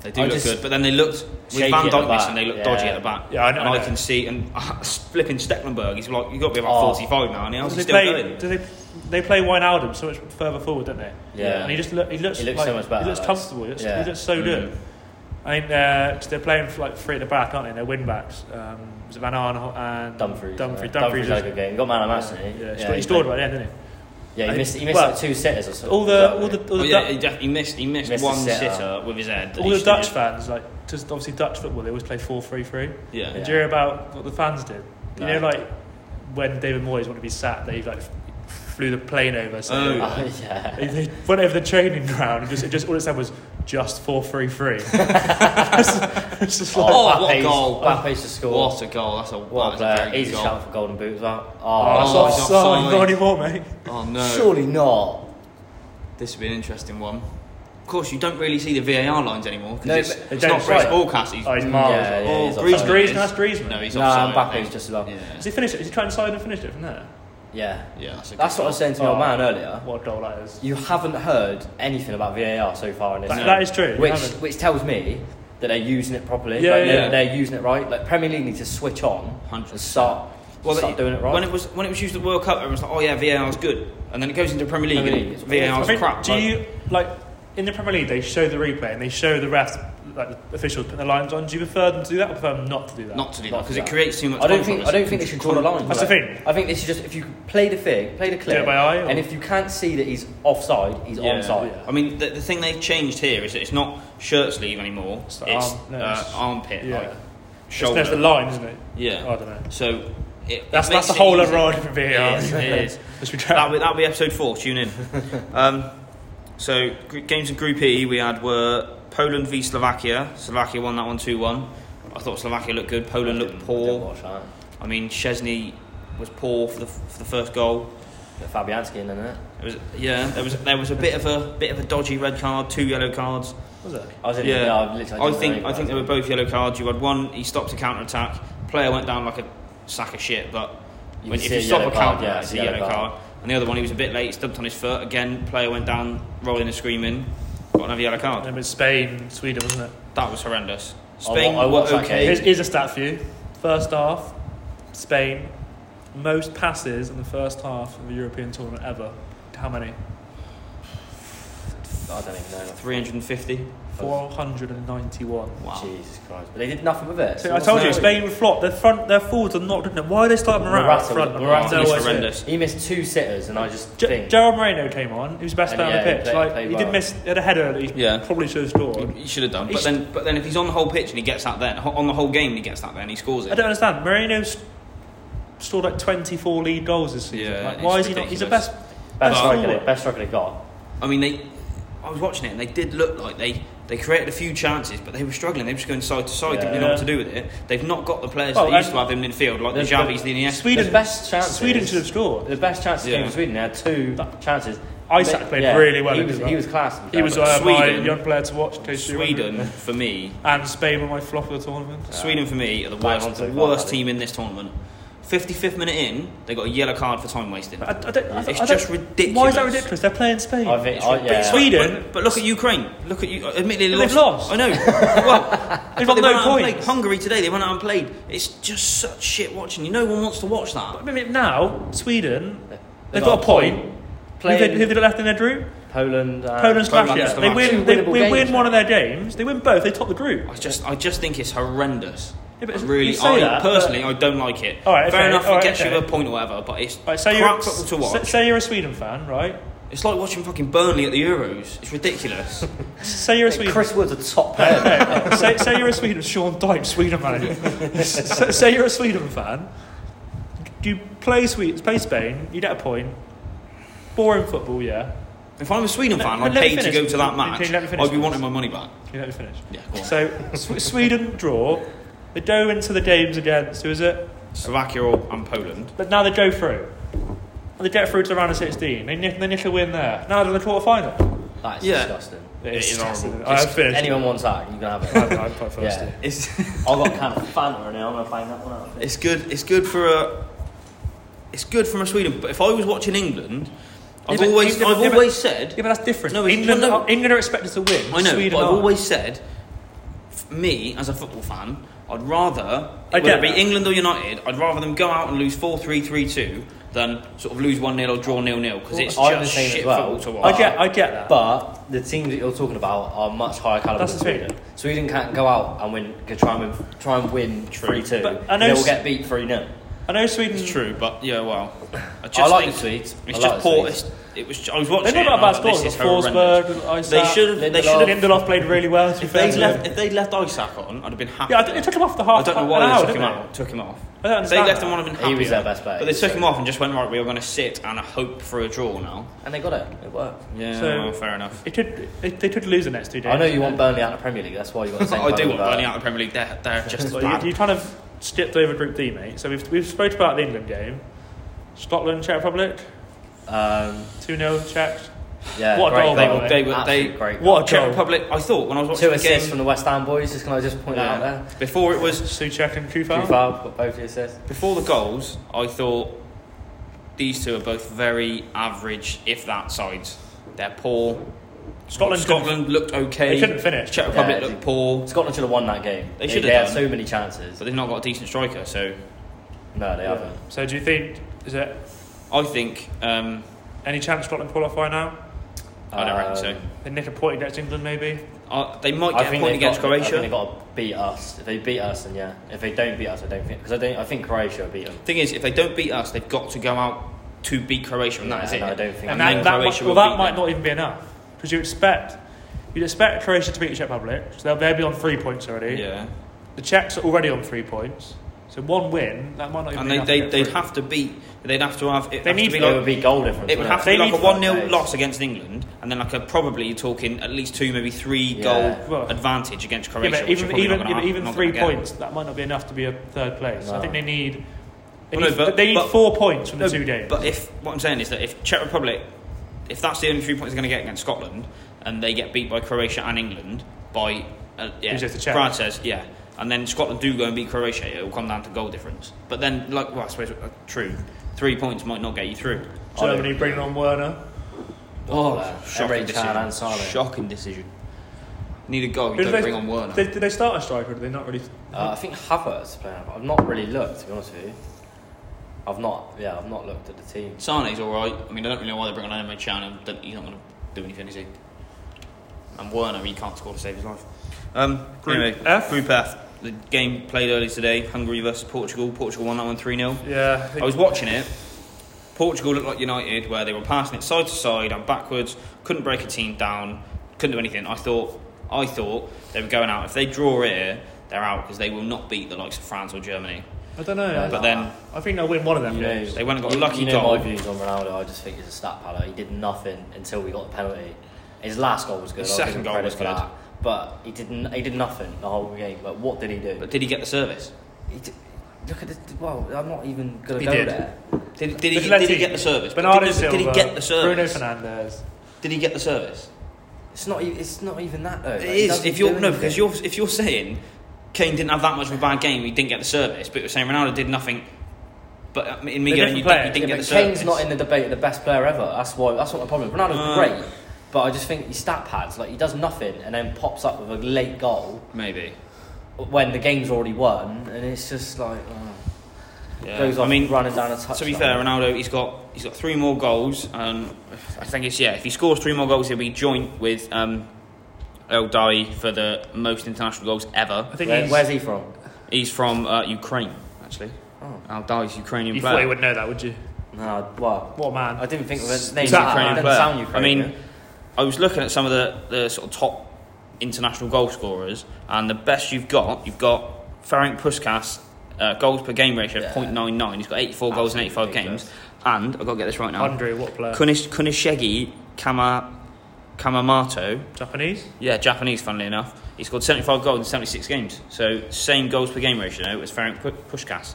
Speaker 1: They do
Speaker 2: I
Speaker 1: look
Speaker 2: just-
Speaker 1: good, but then they looked. With
Speaker 2: Shaky
Speaker 1: Van
Speaker 2: at the
Speaker 1: Dijk
Speaker 2: back,
Speaker 1: missing, they looked
Speaker 2: yeah.
Speaker 1: dodgy at the back.
Speaker 3: Yeah, I know-
Speaker 1: And
Speaker 3: I
Speaker 1: I
Speaker 3: know.
Speaker 1: can see, and [LAUGHS] uh, flipping Stecklenburg, he's like, you've got to be about
Speaker 2: Oh.
Speaker 1: 45 now, and how's he
Speaker 3: they
Speaker 1: still
Speaker 3: play,
Speaker 1: going?
Speaker 3: do they, they play Wijnaldum so much further forward, don't they?
Speaker 2: Yeah.
Speaker 3: And he just look, he looks
Speaker 2: He looks
Speaker 3: like,
Speaker 2: so much better,
Speaker 3: He looks
Speaker 2: like,
Speaker 3: comfortable. He looks,
Speaker 2: yeah. Mm.
Speaker 3: he looks so good. I mean, uh, 'cause they're playing for, like three at the back, aren't they? They're wing backs. Um, was it Van Arn and
Speaker 2: Dumfries.
Speaker 3: Dumfries.
Speaker 2: yeah.
Speaker 3: Dumfries.
Speaker 2: had a good game. He got man of match,
Speaker 3: is-
Speaker 2: didn't he?
Speaker 3: yeah, he scored- he scored right there, didn't he?
Speaker 2: Yeah,
Speaker 3: I-
Speaker 2: he missed, he missed
Speaker 3: well,
Speaker 2: like two sitters or something.
Speaker 3: All the all the all
Speaker 1: Oh,
Speaker 3: the,
Speaker 1: yeah,
Speaker 3: Du-
Speaker 1: he, def- he missed, he missed,
Speaker 2: Missed a
Speaker 1: one
Speaker 2: sitter.
Speaker 1: sitter with his head. that
Speaker 3: all
Speaker 1: he
Speaker 3: the
Speaker 1: should have
Speaker 3: Dutch
Speaker 1: just-
Speaker 3: fans like just obviously Dutch football. They always play four three three.
Speaker 1: Yeah.
Speaker 3: And
Speaker 2: Yeah.
Speaker 3: do you hear about what the fans did? You
Speaker 2: No.
Speaker 3: know, like when David Moyes wanted to be sat, they like f- flew the plane over. So
Speaker 1: Oh.
Speaker 2: Oh, yeah.
Speaker 3: They, they went over the training ground and just, it just all it said was just four three three. [LAUGHS] it's just like,
Speaker 1: Oh, what a
Speaker 2: Mbappe's-
Speaker 1: goal.
Speaker 2: Mbappe's to score.
Speaker 1: What a goal, that's a,
Speaker 2: What
Speaker 1: that is a
Speaker 2: a player.
Speaker 1: very
Speaker 2: Easy
Speaker 1: good
Speaker 2: shout
Speaker 1: goal.
Speaker 2: for Golden Boot as well. Oh,
Speaker 3: oh,
Speaker 1: Oh,
Speaker 3: it's
Speaker 1: it's
Speaker 3: offside.
Speaker 1: offside.
Speaker 3: Not anymore, mate.
Speaker 1: Oh no.
Speaker 2: Surely not.
Speaker 1: This would be an interesting one. Of course, you don't really see the VAR lines anymore because
Speaker 2: No,
Speaker 1: it's,
Speaker 2: but-
Speaker 3: They
Speaker 1: it's
Speaker 3: don't,
Speaker 1: not Chris
Speaker 2: right.
Speaker 1: broadcast. He's,
Speaker 3: Oh, he's miles.
Speaker 2: Yeah, yeah,
Speaker 1: Oh, Griezmann
Speaker 2: he's offside.
Speaker 1: is.
Speaker 3: Griezmann, that's Griezmann.
Speaker 1: No, he's
Speaker 2: Nah,
Speaker 1: offside. I
Speaker 2: Mbappe's
Speaker 1: think.
Speaker 2: just as well.
Speaker 1: Yeah,
Speaker 3: Is he finish it? Is he trying to side and finish it from there?
Speaker 2: Yeah.
Speaker 1: yeah that's, a good
Speaker 2: That's what I
Speaker 1: goal.
Speaker 2: was saying to your
Speaker 3: Oh.
Speaker 2: man earlier.
Speaker 3: What a goal that is.
Speaker 2: You haven't heard anything about VAR so far in this.
Speaker 3: That-
Speaker 2: season.
Speaker 3: that is true. you
Speaker 2: which
Speaker 3: haven't.
Speaker 2: which tells me that they're using it properly.
Speaker 3: Yeah,
Speaker 2: like,
Speaker 3: yeah.
Speaker 2: They're, they're using it right. Like Premier League needs to switch on
Speaker 1: 100%.
Speaker 2: and start,
Speaker 1: Well,
Speaker 2: start
Speaker 1: that-
Speaker 2: doing it right.
Speaker 1: When it was when it was used at the World Cup, everyone was like, "Oh yeah, VAR's good," and then it goes into Premier League,
Speaker 2: Premier
Speaker 1: and
Speaker 2: League, it's
Speaker 1: VAR's
Speaker 3: I think-
Speaker 1: crap.
Speaker 3: Do
Speaker 1: like-
Speaker 3: you like in the Premier League? They show the replay and they show the refs, like the officials, putting the lines on. Do you prefer them to do that or prefer them not to do that?
Speaker 1: not to do
Speaker 2: Not
Speaker 1: that because
Speaker 2: to
Speaker 1: it
Speaker 2: that.
Speaker 1: creates too much.
Speaker 2: I don't think I don't think they
Speaker 1: controversy.
Speaker 2: should draw the line.
Speaker 3: That's the
Speaker 2: like,
Speaker 3: thing.
Speaker 2: I think they should just if you play the thing, play the clip,
Speaker 3: by eye or-
Speaker 2: and if you can't see that he's offside, he's
Speaker 1: Yeah.
Speaker 2: onside.
Speaker 1: I mean, the, the thing they've chinged here is that it's not shirt sleeve anymore. It's,
Speaker 3: It's the arm- no,
Speaker 1: uh,
Speaker 3: it's-
Speaker 1: armpit,
Speaker 3: yeah.
Speaker 1: like
Speaker 3: It's It's,
Speaker 1: shoulder.
Speaker 3: that's the line, isn't it?
Speaker 1: Yeah.
Speaker 2: Oh,
Speaker 3: I don't know.
Speaker 1: So it,
Speaker 3: That's
Speaker 1: it
Speaker 3: that's
Speaker 1: makes
Speaker 3: the
Speaker 1: it
Speaker 3: whole
Speaker 1: easy.
Speaker 3: other ride for VAR.
Speaker 1: It is, it is.
Speaker 3: Let's
Speaker 1: that'll, be,
Speaker 3: be trying.
Speaker 1: that'll be episode four. Tune in. um, so gr- games in Group E we had were Poland v Slovakia. Slovakia won that one two one. I thought Slovakia looked good. Poland looked
Speaker 2: Didn't- didn't
Speaker 1: poor.
Speaker 2: watch that.
Speaker 1: I mean, Chesney was poor for the, for the first goal.
Speaker 2: Fabianski in there.
Speaker 1: It was, yeah, there was there was a bit of a bit of a dodgy red card, two yellow cards.
Speaker 3: Was it?
Speaker 2: I was in
Speaker 1: Yeah.
Speaker 2: yeah. I literally
Speaker 1: I
Speaker 2: didn't
Speaker 1: think
Speaker 2: know
Speaker 1: I think they
Speaker 2: anything
Speaker 1: were
Speaker 2: about
Speaker 1: both yellow cards. You had one. He stopped a counter attack. Player went down like a sack of shit. But
Speaker 2: You
Speaker 1: when, if
Speaker 2: can see
Speaker 1: you
Speaker 2: a
Speaker 1: stop a
Speaker 2: yellow
Speaker 1: counter,
Speaker 2: card,
Speaker 1: attack,
Speaker 2: yeah,
Speaker 1: it's a yellow card. And the other one, he was a bit late. Stumped on his foot again. Player went down, rolling and screaming. Got another yellow
Speaker 3: And
Speaker 1: card.
Speaker 3: it was Spain, Sweden, wasn't it?
Speaker 1: That was horrendous.
Speaker 2: wa-
Speaker 1: Spain
Speaker 2: I watched
Speaker 1: were
Speaker 2: that
Speaker 1: okay.
Speaker 2: game.
Speaker 3: Here's, here's a stat for you. First half, Spain, most passes in the first half of a European tournament ever. How many?
Speaker 2: it. I don't even know.
Speaker 1: 350.
Speaker 3: 491.
Speaker 1: Wow.
Speaker 2: Jesus Christ. But they did nothing with it.
Speaker 3: So I told you,
Speaker 1: no.
Speaker 3: Spain would flop. Their front, their forwards are not good enough. Why are they starting Morata up
Speaker 2: Morata-
Speaker 3: front?
Speaker 2: Morata
Speaker 3: No
Speaker 1: was
Speaker 3: way.
Speaker 1: horrendous.
Speaker 2: He missed two sitters, and I just
Speaker 3: J-
Speaker 2: think.
Speaker 3: Gerald Moreno came on. He was best
Speaker 2: And
Speaker 3: down
Speaker 2: yeah,
Speaker 3: the
Speaker 2: he
Speaker 3: pitch.
Speaker 2: played-
Speaker 3: like
Speaker 2: played
Speaker 3: he
Speaker 2: well.
Speaker 3: did miss. He had a header that he
Speaker 1: Yeah.
Speaker 3: probably should have scored.
Speaker 1: He should have done.
Speaker 3: He
Speaker 1: But
Speaker 3: should-
Speaker 1: then, but then if he's on the whole pitch and he gets that, then on the whole game and he gets that, then he scores
Speaker 3: I
Speaker 1: it.
Speaker 3: don't understand. Moreno's scored like 24 lead goals this season.
Speaker 1: Yeah,
Speaker 3: like, why
Speaker 1: it's
Speaker 3: is he not? He's the
Speaker 1: ridiculous.
Speaker 3: best.
Speaker 2: best,
Speaker 1: Oh.
Speaker 2: striker they, best striker they got.
Speaker 1: I mean, they. I was watching it and they did look like they, they created a few chances, but they were struggling. They were just going side to side, didn't know
Speaker 3: Yeah.
Speaker 1: what to do with it. They've not got the players
Speaker 3: Oh,
Speaker 1: that they used
Speaker 3: and-
Speaker 1: to have in midfield, like the
Speaker 2: There's
Speaker 1: Javis, the Iniesta.
Speaker 3: Sweden-
Speaker 2: the best chances.
Speaker 3: Sweden should have scored.
Speaker 2: The best chances
Speaker 1: Yeah.
Speaker 2: came from Sweden. They had two chances.
Speaker 3: Isaac
Speaker 2: They-
Speaker 3: played really well
Speaker 2: He
Speaker 3: in
Speaker 2: was,
Speaker 3: this
Speaker 2: he
Speaker 3: one.
Speaker 2: was class.
Speaker 3: He was
Speaker 1: but
Speaker 3: uh, my
Speaker 1: Sweden-
Speaker 3: young player to watch. in case you were
Speaker 1: Sweden
Speaker 3: wondering.
Speaker 1: for me,
Speaker 3: and Spain were my flop of the tournament.
Speaker 1: Sweden for me are the
Speaker 2: Bang on
Speaker 1: worst,
Speaker 2: so
Speaker 1: the
Speaker 2: far,
Speaker 1: worst
Speaker 2: Javi.
Speaker 1: team in this tournament. Fifty fifth minute in, they got a yellow card for time wasting.
Speaker 3: But I, I don't, I,
Speaker 1: It's
Speaker 3: I don't-
Speaker 1: just
Speaker 3: Why is that
Speaker 1: ridiculous.
Speaker 3: ridiculous? They're playing Spain.
Speaker 2: I think, I, yeah.
Speaker 1: But
Speaker 3: Sweden-
Speaker 1: but, but look at Ukraine. Look at you. Admittedly,
Speaker 3: They've
Speaker 1: I
Speaker 3: [LAUGHS]
Speaker 1: know. well, but they
Speaker 3: They've got no
Speaker 1: went out and
Speaker 3: points.
Speaker 1: played Hungary today. They went out and played. It's just such shit watching. You, no one wants to watch that.
Speaker 3: I mean, now Sweden,
Speaker 2: They've
Speaker 3: they've, got, a point. Who
Speaker 2: Playing
Speaker 3: they, who they left in their group?
Speaker 2: Poland. uh, and-
Speaker 1: Uh,
Speaker 3: Poland,
Speaker 1: Poland and
Speaker 3: Slovakia. They
Speaker 1: Slovakia.
Speaker 3: win. They,
Speaker 2: Winnable
Speaker 3: they win
Speaker 2: games,
Speaker 3: one of their games. They win both. They top the group.
Speaker 1: I just, I just think it's horrendous.
Speaker 3: Yeah, but
Speaker 1: I
Speaker 3: it's-
Speaker 1: really,
Speaker 3: you say
Speaker 1: I
Speaker 3: that, but-
Speaker 1: personally, I don't like it.
Speaker 3: All right,
Speaker 1: Fair
Speaker 3: okay,
Speaker 1: enough,
Speaker 3: all
Speaker 1: it
Speaker 3: right,
Speaker 1: gets you
Speaker 3: okay.
Speaker 1: a point or whatever, but it's
Speaker 3: Right, say
Speaker 1: crap
Speaker 3: you're
Speaker 1: football to watch.
Speaker 3: say- say you're a Sweden fan, right?
Speaker 1: it's like watching fucking Burnley at the Euros. It's
Speaker 3: [LAUGHS]
Speaker 1: ridiculous.
Speaker 3: Say you're a Sweden.
Speaker 2: Chris Wood's a top
Speaker 3: [LAUGHS]
Speaker 2: player.
Speaker 3: No, no. say, say you're a Sweden. Sean Dyche, Sweden manager. [LAUGHS] say, say you're a Sweden fan. Do you play Sweden? Play Spain. You get a point. Boring football, yeah.
Speaker 1: if I'm a Sweden
Speaker 3: No,
Speaker 1: fan,
Speaker 3: no,
Speaker 1: I'm
Speaker 3: let me
Speaker 1: paid to
Speaker 3: finish.
Speaker 1: go to that
Speaker 3: Can-
Speaker 1: match.
Speaker 3: can you let me finish,
Speaker 1: I'd be
Speaker 3: please?
Speaker 1: wanting my money back.
Speaker 3: Can you let me finish?
Speaker 1: Yeah, go on.
Speaker 3: [LAUGHS] So Sw- Sweden draw. They go into the games against who is it?
Speaker 1: Slovakia or- and Poland.
Speaker 3: But now they go through. And they get through to the round of sixteen. They nick, they nick a win there. Now they're in the quarter final.
Speaker 2: That is
Speaker 1: Yeah.
Speaker 2: disgusting.
Speaker 1: is horrible.
Speaker 3: I have finished.
Speaker 2: Anyone wants that, you can have it.
Speaker 3: I'm, [LAUGHS] I'm quite thirsty.
Speaker 2: yeah.
Speaker 3: [LAUGHS]
Speaker 1: It's
Speaker 2: I've got a can of Fanta in here. I'm gonna find that one out.
Speaker 1: It's good. It's good for a. It's good from a Sweden. But if I was watching England, I've
Speaker 3: Yeah, but-
Speaker 1: always,
Speaker 3: yeah, but-
Speaker 1: I've
Speaker 3: yeah, but-
Speaker 1: always said,
Speaker 3: Yeah, but that's different.
Speaker 1: No,
Speaker 3: No,
Speaker 1: it's-
Speaker 3: England,
Speaker 1: well, no.
Speaker 3: England are expected to win.
Speaker 1: I know,
Speaker 3: Sweden
Speaker 1: but I've
Speaker 3: aren't.
Speaker 1: always said, f- me as a football fan, I'd rather
Speaker 3: I
Speaker 1: whether it
Speaker 3: get
Speaker 1: be
Speaker 3: that.
Speaker 1: England or United, I'd rather them go out and lose 4-3-3-2 than sort of lose one 0 or draw nil nil because it's
Speaker 2: Well, I'm
Speaker 1: just
Speaker 2: the same as
Speaker 1: shit
Speaker 2: well.
Speaker 1: football to watch.
Speaker 3: I get, I get that.
Speaker 2: But the teams that you're talking about are much higher caliber
Speaker 3: That's
Speaker 2: than
Speaker 3: the thing.
Speaker 2: Sweden. Sweden can't go out and win, can try and win, try and win three two.
Speaker 3: But I know
Speaker 2: They will
Speaker 3: s-
Speaker 2: get beat three 0
Speaker 3: I know Sweden.
Speaker 1: It's true, but yeah, well, I just
Speaker 2: I like
Speaker 1: think
Speaker 2: the Swedes. I
Speaker 1: it's
Speaker 2: like
Speaker 1: just
Speaker 2: the
Speaker 1: poor.
Speaker 2: Swedes.
Speaker 1: It's, it was. I was watching.
Speaker 3: They've
Speaker 1: it
Speaker 3: not
Speaker 1: and I was
Speaker 3: got bad
Speaker 1: like,
Speaker 3: scores.
Speaker 1: This is
Speaker 3: but Forsberg,
Speaker 1: horrendous.
Speaker 3: Isaac,
Speaker 1: They should have. They
Speaker 2: Lindelof.
Speaker 1: should have.
Speaker 3: Lindelof played really well. To be
Speaker 1: If
Speaker 3: fair
Speaker 1: they'd
Speaker 3: to
Speaker 1: left,
Speaker 3: him.
Speaker 1: if they'd left Isaac on, I'd have been happy.
Speaker 3: yeah, I think they took him off the half.
Speaker 1: I don't know
Speaker 3: an
Speaker 1: why
Speaker 3: hour,
Speaker 1: they took
Speaker 3: didn't
Speaker 1: him out. Took him off.
Speaker 3: I don't
Speaker 1: They
Speaker 3: understand
Speaker 1: left
Speaker 3: that.
Speaker 1: him on him
Speaker 2: He was their best player.
Speaker 1: But they
Speaker 2: He
Speaker 1: took
Speaker 2: was
Speaker 1: him off and just went right. We are going to sit and hope for a draw now.
Speaker 2: and they got it. It worked.
Speaker 1: Yeah,
Speaker 3: So-
Speaker 1: well, fair enough.
Speaker 3: It could, it, they could lose the next two days.
Speaker 2: I know you want Burnley out of the Premier League. That's why you got the
Speaker 1: [LAUGHS]
Speaker 2: same.
Speaker 1: I do
Speaker 2: colour,
Speaker 1: want
Speaker 2: but-
Speaker 1: Burnley out of the Premier League. They're, they're just as
Speaker 3: Well,
Speaker 1: bad.
Speaker 3: you, you kind of skipped over Group D, mate. So we've, we've spoken about the England game. Scotland, Czech Republic,
Speaker 2: Um,
Speaker 3: 2 0 Czech.
Speaker 2: yeah,
Speaker 3: What a
Speaker 2: great
Speaker 3: goal, eh?
Speaker 1: they
Speaker 3: by
Speaker 2: goal.
Speaker 1: were,
Speaker 3: the way.
Speaker 1: they were,
Speaker 2: Absolute
Speaker 1: they.
Speaker 2: great.
Speaker 3: What a
Speaker 1: Czech
Speaker 3: goal.
Speaker 1: Republic. I thought when I was watching
Speaker 2: Two
Speaker 1: the game
Speaker 2: assists from the West Ham boys. Just can I just point that out there?
Speaker 1: before it was
Speaker 3: Suchek and
Speaker 2: Too
Speaker 3: Kufal.
Speaker 2: far, got both the assists.
Speaker 1: before the goals. I thought these two are both very average, if that sides. They're poor.
Speaker 3: Scotland couldn't-
Speaker 1: Scotland looked okay.
Speaker 3: They couldn't finish.
Speaker 1: Czech Republic
Speaker 2: Yeah,
Speaker 1: looked poor,
Speaker 2: Scotland should have won that game.
Speaker 1: They should have
Speaker 2: had
Speaker 1: done.
Speaker 2: so many chances.
Speaker 1: but they've not got a decent striker. So
Speaker 2: No, they
Speaker 3: Yeah.
Speaker 2: haven't.
Speaker 3: So do you think, is there
Speaker 1: I think um,
Speaker 3: any chance Scotland qualify now?
Speaker 1: I don't reckon so.
Speaker 2: Um,
Speaker 3: They nick a point against England, maybe?
Speaker 1: Uh, they might
Speaker 2: I
Speaker 1: get a
Speaker 2: think
Speaker 1: point
Speaker 2: they've
Speaker 1: against
Speaker 2: got, I think
Speaker 1: Croatia.
Speaker 2: they've got to beat us. If they beat us, then yeah. If they don't beat us, I don't think because I don't. I think Croatia will beat them.
Speaker 1: Thing is, if they don't beat us, they've got to go out to beat Croatia, and that is
Speaker 2: Yeah,
Speaker 1: it.
Speaker 2: no, I don't think
Speaker 1: And
Speaker 2: so.
Speaker 1: then
Speaker 3: And that,
Speaker 1: Croatia
Speaker 3: might,
Speaker 1: will
Speaker 3: well, that
Speaker 1: beat
Speaker 3: might
Speaker 1: them.
Speaker 3: not even be enough because you expect you'd expect Croatia to beat the Czech Republic, so they'll, they'll be on three points already.
Speaker 1: Yeah,
Speaker 3: The Czechs are already on three points, so one win that might not even.
Speaker 1: and
Speaker 3: be
Speaker 1: they,
Speaker 3: enough
Speaker 1: they
Speaker 3: to get
Speaker 1: they'd
Speaker 3: through.
Speaker 1: have to beat. They'd have to have. It
Speaker 3: They
Speaker 1: have
Speaker 3: need
Speaker 1: to be
Speaker 2: It
Speaker 1: like,
Speaker 2: would be goal difference.
Speaker 1: It would
Speaker 2: wouldn't
Speaker 1: have to
Speaker 3: They
Speaker 1: be like a
Speaker 3: need
Speaker 1: one 0
Speaker 2: front
Speaker 1: loss against England, and then like a probably you're talking at least two, maybe three
Speaker 2: Yeah.
Speaker 1: goal
Speaker 3: Well-
Speaker 1: advantage against
Speaker 3: Yeah,
Speaker 1: Croatia.
Speaker 3: but
Speaker 1: which you're
Speaker 3: even
Speaker 1: probably
Speaker 3: even
Speaker 1: not
Speaker 3: yeah,
Speaker 1: gonna
Speaker 3: but
Speaker 1: have-
Speaker 3: even
Speaker 1: not
Speaker 3: three
Speaker 1: gonna get.
Speaker 3: points that might not be enough to be a third place. I
Speaker 2: No.
Speaker 3: think they need They
Speaker 1: Well, no,
Speaker 3: need,
Speaker 1: but-
Speaker 3: they need
Speaker 1: but-
Speaker 3: four points from the
Speaker 1: No,
Speaker 3: two games.
Speaker 1: But if what I'm saying is that if Czech Republic, if that's the only three points they're going to get against Scotland, and they get beat by Croatia and England by uh, yeah,
Speaker 3: Who's if the Czech?
Speaker 1: France says yeah, and then Scotland do go and beat Croatia, it will come down to goal difference. But then, like, well, I suppose uh, true, three points might not get you through.
Speaker 3: Germany bringing on Werner.
Speaker 1: Oh,
Speaker 2: Emre
Speaker 1: shocking
Speaker 2: Can and
Speaker 1: decision!
Speaker 2: Salah.
Speaker 1: Shocking decision. Need a goal.
Speaker 3: Who
Speaker 1: You
Speaker 3: did
Speaker 1: don't
Speaker 3: they-
Speaker 1: bring on Werner.
Speaker 3: Did, did they start a striker? Or did they not really?
Speaker 2: Uh, I think Havertz is playing, but I've not really looked to be honest with you. I've not, yeah, I've not looked at the team.
Speaker 1: Sane's all right. I mean, I don't really know why they bring on Emre Can. Don't- He's not going to do anything, is he? And Werner, he can't score to save his life. Um,
Speaker 3: Group
Speaker 1: anyway,
Speaker 3: F?
Speaker 1: Group F. The game played earlier today. Hungary versus Portugal. Portugal won that one 3 0.
Speaker 3: Yeah, I think-
Speaker 1: I was watching it. Portugal looked like United, where they were passing it side to side and backwards, couldn't break a team down, couldn't do anything. I thought, I thought they were going out. If they draw here, they're out because they will not beat the likes of France or Germany.
Speaker 3: I don't know. I-
Speaker 1: But then
Speaker 3: I think they'll win one of them.
Speaker 2: You know,
Speaker 3: games.
Speaker 1: They went and got a
Speaker 2: you-
Speaker 1: lucky
Speaker 2: you know
Speaker 1: goal.
Speaker 2: My views on Ronaldo, I just think he's a stat paddler. He did nothing until we got the penalty. His last goal was good.
Speaker 1: His
Speaker 2: I'll give
Speaker 1: second
Speaker 2: him
Speaker 1: goal
Speaker 2: credit
Speaker 1: was
Speaker 2: for
Speaker 1: good.
Speaker 2: That. But he didn't. He did nothing the whole game. But what did he do?
Speaker 1: But did he get the service?
Speaker 2: he did, look at this. Well, I'm not even gonna
Speaker 3: He
Speaker 2: go
Speaker 3: did.
Speaker 2: there.
Speaker 1: Did, did, he,
Speaker 3: Vigilante.
Speaker 1: did he get the service? But
Speaker 3: Bernardo
Speaker 1: did, he-
Speaker 3: Silva,
Speaker 1: did he get the service?
Speaker 3: Bruno Fernandez.
Speaker 1: Did he get the service?
Speaker 2: It's not. e- It's not even that though. Like,
Speaker 1: It
Speaker 2: he
Speaker 1: is.
Speaker 2: doesn't
Speaker 1: If you're
Speaker 2: do
Speaker 1: no,
Speaker 2: anything.
Speaker 1: because you're if you're saying Kane didn't have that much of a bad game, he didn't get the service, but you're saying Ronaldo did nothing. But uh, in Miguel,
Speaker 3: different
Speaker 1: you, you
Speaker 3: players.
Speaker 1: didn't get the
Speaker 2: Yeah, but
Speaker 1: service.
Speaker 2: Kane's not in the debate of the best player ever. That's why. That's what my problem. is. Ronaldo's
Speaker 1: Uh.
Speaker 2: great, but I just think his stat pads. Like he does nothing and then pops up with a late goal
Speaker 1: Maybe.
Speaker 2: when the game's already won, and it's just like oh,
Speaker 1: Yeah.
Speaker 2: goes off
Speaker 1: I mean,
Speaker 2: running down a touchline.
Speaker 1: to be fair, Ronaldo he's got he's got three more goals, and I think it's yeah. If he scores three more goals, he'll be joint with um, El Dai for the most international goals ever.
Speaker 3: I think
Speaker 2: Where,
Speaker 3: he's,
Speaker 2: where's he from?
Speaker 1: He's from uh, Ukraine, actually.
Speaker 2: Oh.
Speaker 1: El Dai's Ukrainian
Speaker 3: you thought
Speaker 1: player.
Speaker 3: you would know that, would you?
Speaker 2: No, well,
Speaker 3: What a man!
Speaker 2: I didn't think of his name.
Speaker 1: He's
Speaker 2: like
Speaker 1: a
Speaker 2: that.
Speaker 1: Ukrainian
Speaker 2: It
Speaker 1: player.
Speaker 2: doesn't sound Ukrainian.
Speaker 1: I mean, I was looking at some of the, the sort of top international goal scorers, and the best you've got, you've got Ferenc Puskas, uh, goals per game ratio of
Speaker 2: Yeah.
Speaker 1: 0.99. He's got 84 goals in 85
Speaker 2: Absolutely
Speaker 1: games. And, I've got to get this right now,
Speaker 3: Andre, what a player?
Speaker 1: Kunish, Kunishegi Kama, Kamamato,
Speaker 3: Japanese.
Speaker 1: yeah, Japanese, funnily enough, he scored 75 goals in 76 games. So, same goals per game ratio as Ferenc Pu- Puskas.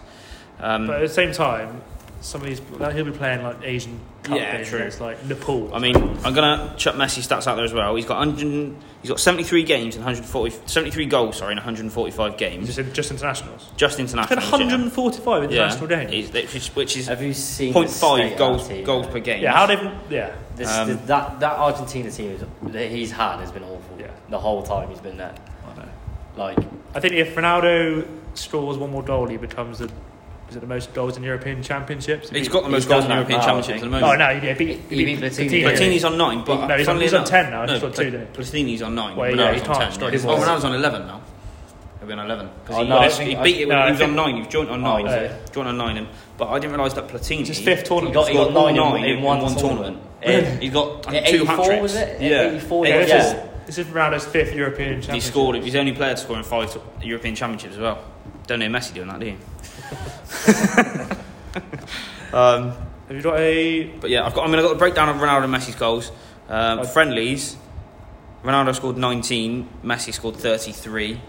Speaker 1: Um,
Speaker 3: But at the same time, some of these like, he'll be playing like Asian Cup
Speaker 1: Yeah,
Speaker 3: games
Speaker 1: true.
Speaker 3: against, like Nepal.
Speaker 1: I mean, I'm gonna chuck Messi stats out there as well. He's got 100, he's got 73 games and 140, 73 goals, sorry, in 145 games,
Speaker 3: just, in, just internationals.
Speaker 1: just
Speaker 3: He's had
Speaker 1: international.
Speaker 3: 145 international games.
Speaker 1: which is, which is
Speaker 2: have you seen the state
Speaker 1: 0.5
Speaker 2: of
Speaker 1: goals
Speaker 2: that team?
Speaker 1: goals per game.
Speaker 3: Yeah, how they've yeah.
Speaker 2: This,
Speaker 1: Um,
Speaker 2: th- that that Argentina team is, that he's had has been awful
Speaker 3: Yeah.
Speaker 2: the whole time he's been there.
Speaker 3: I know.
Speaker 2: Like
Speaker 3: I think if Ronaldo scores one more goal, he becomes the is it the most goals in European Championships?
Speaker 1: he's got the most
Speaker 2: He's
Speaker 1: goals in
Speaker 2: done
Speaker 1: European
Speaker 2: that now, I
Speaker 1: Championships at the
Speaker 2: think.
Speaker 1: moment.
Speaker 3: Oh no, yeah, beat,
Speaker 2: He
Speaker 3: he
Speaker 2: beat Platini.
Speaker 1: Platini's on nine, but
Speaker 3: No, he's on-
Speaker 1: funnily
Speaker 3: he's on
Speaker 1: enough-
Speaker 3: 10 now, he's
Speaker 1: No,
Speaker 3: got
Speaker 1: Pla-
Speaker 3: two there.
Speaker 1: Platini's on nine.
Speaker 3: Well, yeah,
Speaker 1: Ronaldo's
Speaker 3: he
Speaker 1: on
Speaker 3: can't
Speaker 1: 10.
Speaker 3: strike
Speaker 1: Oh,
Speaker 3: his balls.
Speaker 1: Ronaldo's on eleven now. He'll be on eleven because
Speaker 2: Oh,
Speaker 1: he,
Speaker 2: no,
Speaker 1: got
Speaker 2: I
Speaker 1: his-
Speaker 2: think-
Speaker 1: he beat it.
Speaker 3: no,
Speaker 1: when
Speaker 3: I
Speaker 1: he was on
Speaker 3: think-
Speaker 1: nine. He was joint on
Speaker 2: Oh,
Speaker 1: nine.
Speaker 2: is
Speaker 3: it?
Speaker 1: joint on nine, and, but I didn't realise that Platini.
Speaker 3: It's his fifth
Speaker 2: he
Speaker 3: tournament.
Speaker 2: got, he got
Speaker 1: all
Speaker 2: nine, in, in one, tournament.
Speaker 1: Yeah, He got
Speaker 2: Yeah,
Speaker 1: two
Speaker 2: 84
Speaker 1: hat tricks.
Speaker 2: was it?
Speaker 1: Yeah,
Speaker 2: 84,
Speaker 3: Yeah,
Speaker 1: Eight-
Speaker 3: this,
Speaker 2: Yeah.
Speaker 3: Is, this is Ronaldo's fifth European Championship.
Speaker 1: He scored. He's the only player to score in five European Championships as well. Don't know Messi doing that, do you? um,
Speaker 3: Have you got a
Speaker 1: but yeah, I've got. I mean, I've got the breakdown of Ronaldo and Messi's goals. Um,
Speaker 3: Okay.
Speaker 1: Friendlies. Ronaldo scored 19. Messi scored 33.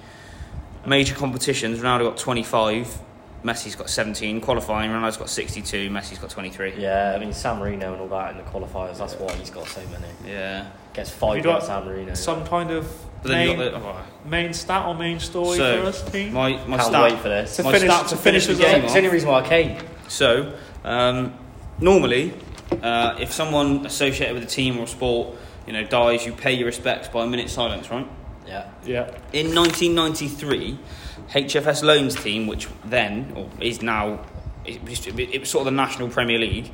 Speaker 1: Major competitions. Ronaldo got 25. Messi's got 17. Qualifying. Ronaldo's got 62. Marino's got 23.
Speaker 2: Yeah, I mean San Marino and all that in the qualifiers. That's why he's got so many.
Speaker 1: Yeah.
Speaker 2: Gets
Speaker 3: Have
Speaker 2: five
Speaker 3: you got
Speaker 2: against San Marino.
Speaker 3: some kind of
Speaker 1: But then
Speaker 3: main,
Speaker 1: you got the, oh,
Speaker 3: main stat or main story
Speaker 1: So,
Speaker 3: for us? Team?
Speaker 1: my my
Speaker 2: Can't
Speaker 1: stat.
Speaker 2: wait for this.
Speaker 3: To
Speaker 1: my
Speaker 3: finish-
Speaker 1: stat to
Speaker 3: to
Speaker 1: finish the
Speaker 2: It's
Speaker 3: finish
Speaker 2: the
Speaker 1: game
Speaker 2: only- it's the
Speaker 1: off.
Speaker 2: only reason why I came.
Speaker 1: So, um, normally, uh, if someone associated with a team or a sport, you know, dies, you pay your respects by a minute silence, right?
Speaker 2: Yeah.
Speaker 3: Yeah,
Speaker 1: In 1993, HFS Loans team, which then or is now, it, was- it was sort of the National Premier League,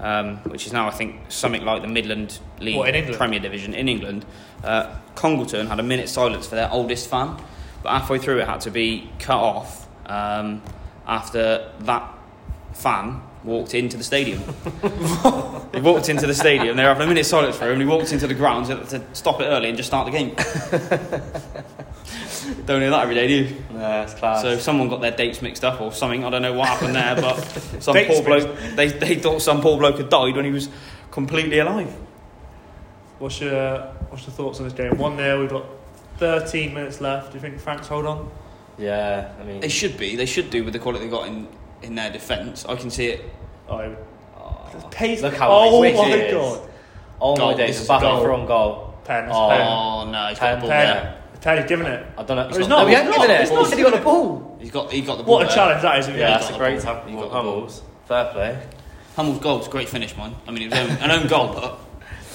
Speaker 1: um, which is now I think something like the Midland League
Speaker 3: What, in England?
Speaker 1: Premier Division in England. Uh, Congleton had a minute silence for their oldest fan, but halfway through it had to be cut off um, after that fan walked into the
Speaker 3: [LAUGHS]
Speaker 1: stadium. He walked into the stadium. They were having a minute silence for him. And he walked into the ground to, to stop it early and just start the game. don't know that every day, do you?
Speaker 2: No, it's class.
Speaker 1: So someone got their dates mixed up or something. I don't know what happened there,
Speaker 3: [LAUGHS]
Speaker 1: but some
Speaker 3: Dates
Speaker 1: poor bloke. They, they thought some poor bloke had died when he was completely alive.
Speaker 3: what's your what's your thoughts on this game? One there, we've got 13 minutes left. Do you think France hold on?
Speaker 2: yeah, I mean
Speaker 1: They should be. They should do with the quality they got in in their defence. Oh, I can see it.
Speaker 3: I would
Speaker 2: Pace. Look how
Speaker 3: Oh
Speaker 2: wicked
Speaker 3: my
Speaker 2: it is.
Speaker 3: god.
Speaker 2: Oh
Speaker 1: Goal.
Speaker 2: my
Speaker 1: This
Speaker 2: days.
Speaker 1: is
Speaker 2: Back
Speaker 1: goal.
Speaker 2: for on goal.
Speaker 3: Pen. It's
Speaker 2: Oh.
Speaker 3: pen.
Speaker 1: Oh no, he's got the ball
Speaker 3: Pen.
Speaker 1: there.
Speaker 3: Teddy's given it.
Speaker 2: I don't know.
Speaker 3: It's
Speaker 2: No,
Speaker 3: not-
Speaker 2: we haven't
Speaker 3: it's
Speaker 2: given
Speaker 3: not-
Speaker 2: it.
Speaker 3: it's not-
Speaker 2: He said he got a ball.
Speaker 1: He's got he got the ball.
Speaker 3: What a
Speaker 1: there.
Speaker 3: challenge that is. isn't it?
Speaker 2: Yeah,
Speaker 1: got
Speaker 2: that's
Speaker 1: the
Speaker 2: a great
Speaker 1: ball.
Speaker 2: tackle.
Speaker 1: He got
Speaker 2: from
Speaker 1: the ball.
Speaker 2: Hummels. Fair play.
Speaker 1: Hummel's goal's a great finish, mine. I mean, it was own, an
Speaker 3: [LAUGHS]
Speaker 1: own goal, but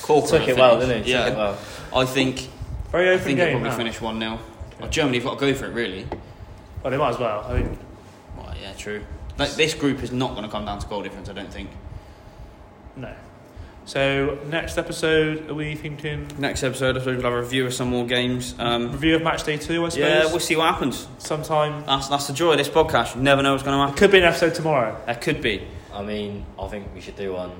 Speaker 1: cool.
Speaker 2: Took it well, didn't he?
Speaker 1: Yeah.
Speaker 2: Took it well.
Speaker 1: I think
Speaker 3: Very
Speaker 1: I
Speaker 3: open
Speaker 1: think it'll
Speaker 3: game.
Speaker 1: probably
Speaker 3: that.
Speaker 1: finish one 0 oh, Germany've got to go for it, really.
Speaker 3: Well, they might as well. I mean,
Speaker 1: Well, yeah, true. Like, this group is not going to come down to goal difference, I don't think.
Speaker 3: no. So next episode, are we thinking
Speaker 1: Next episode, I suppose we'll have a review of some more games. Um,
Speaker 3: review of match day two? I suppose.
Speaker 1: yeah, we'll see what happens.
Speaker 3: Sometime.
Speaker 1: That's that's the joy of this podcast. You never know what's going to happen.
Speaker 3: Could be an episode tomorrow.
Speaker 1: That could be.
Speaker 2: I mean, I think we should do one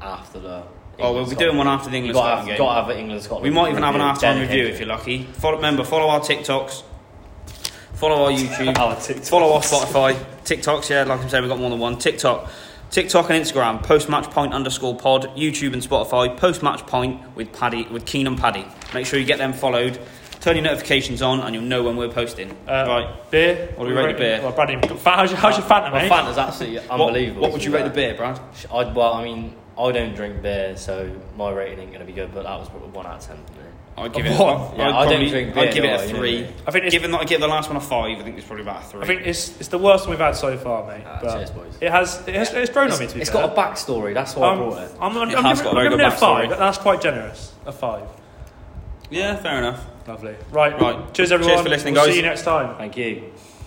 Speaker 2: after the.
Speaker 1: Oh, we'll be doing one after the
Speaker 2: You
Speaker 1: England
Speaker 2: gotta
Speaker 1: Scotland
Speaker 2: have,
Speaker 1: game.
Speaker 2: gotta have an England Scotland.
Speaker 1: We might even have an
Speaker 2: review,
Speaker 1: half-time
Speaker 2: dedicated.
Speaker 1: review if you're lucky. Follow, remember, follow our TikToks, follow our YouTube,
Speaker 3: Our
Speaker 2: Oh,
Speaker 3: TikToks.
Speaker 1: follow our Spotify, TikToks. Yeah, like I'm saying, we've got more than one TikTok, TikTok and Instagram. Post match point underscore pod, YouTube and Spotify. Post match point with Paddy with Keen and Paddy. Make sure you get them followed. Turn your notifications on, and you'll know when we're posting.
Speaker 3: Uh,
Speaker 1: right.
Speaker 3: Beer.
Speaker 1: What do we rate the beer?
Speaker 3: Well, Bradley, how's your, how's your Fanta,
Speaker 2: My
Speaker 3: mate?
Speaker 2: Fanta's absolutely
Speaker 1: What-
Speaker 2: unbelievable.
Speaker 1: What, would
Speaker 2: to
Speaker 1: you
Speaker 2: be
Speaker 1: rate the
Speaker 2: fair.
Speaker 1: beer, Brad?
Speaker 2: I'd, well, I mean, I don't drink beer, so my rating ain't going to be good, but that was probably one out of ten for me.
Speaker 1: I'd give it.
Speaker 3: What?
Speaker 1: I'd
Speaker 2: Yeah, I don't drink beer,
Speaker 1: I'd give it
Speaker 2: do I?
Speaker 1: a
Speaker 2: You know
Speaker 1: three.
Speaker 2: me.
Speaker 3: I think it's-
Speaker 1: given that I give the last one a five, I think it's probably about a three.
Speaker 3: I think it's it's the worst one we've had so far, mate.
Speaker 2: Ah,
Speaker 3: but
Speaker 2: cheers, boys.
Speaker 3: It has it has it's grown on me. To be
Speaker 2: It's
Speaker 3: fair.
Speaker 2: got a backstory, that's why
Speaker 3: Um,
Speaker 2: I brought it.
Speaker 3: I'm, I'm,
Speaker 1: It
Speaker 3: I'm
Speaker 1: has got
Speaker 3: giving,
Speaker 1: a
Speaker 3: I'm
Speaker 1: very
Speaker 3: giving
Speaker 1: good
Speaker 3: it a five.
Speaker 1: backstory.
Speaker 3: but That's quite generous. A five.
Speaker 1: yeah, fair enough.
Speaker 3: Lovely. Right.
Speaker 1: Right.
Speaker 3: Cheers,
Speaker 1: Cheers
Speaker 3: everyone.
Speaker 1: for listening,
Speaker 3: We'll
Speaker 1: guys.
Speaker 3: See you next time.
Speaker 2: Thank you.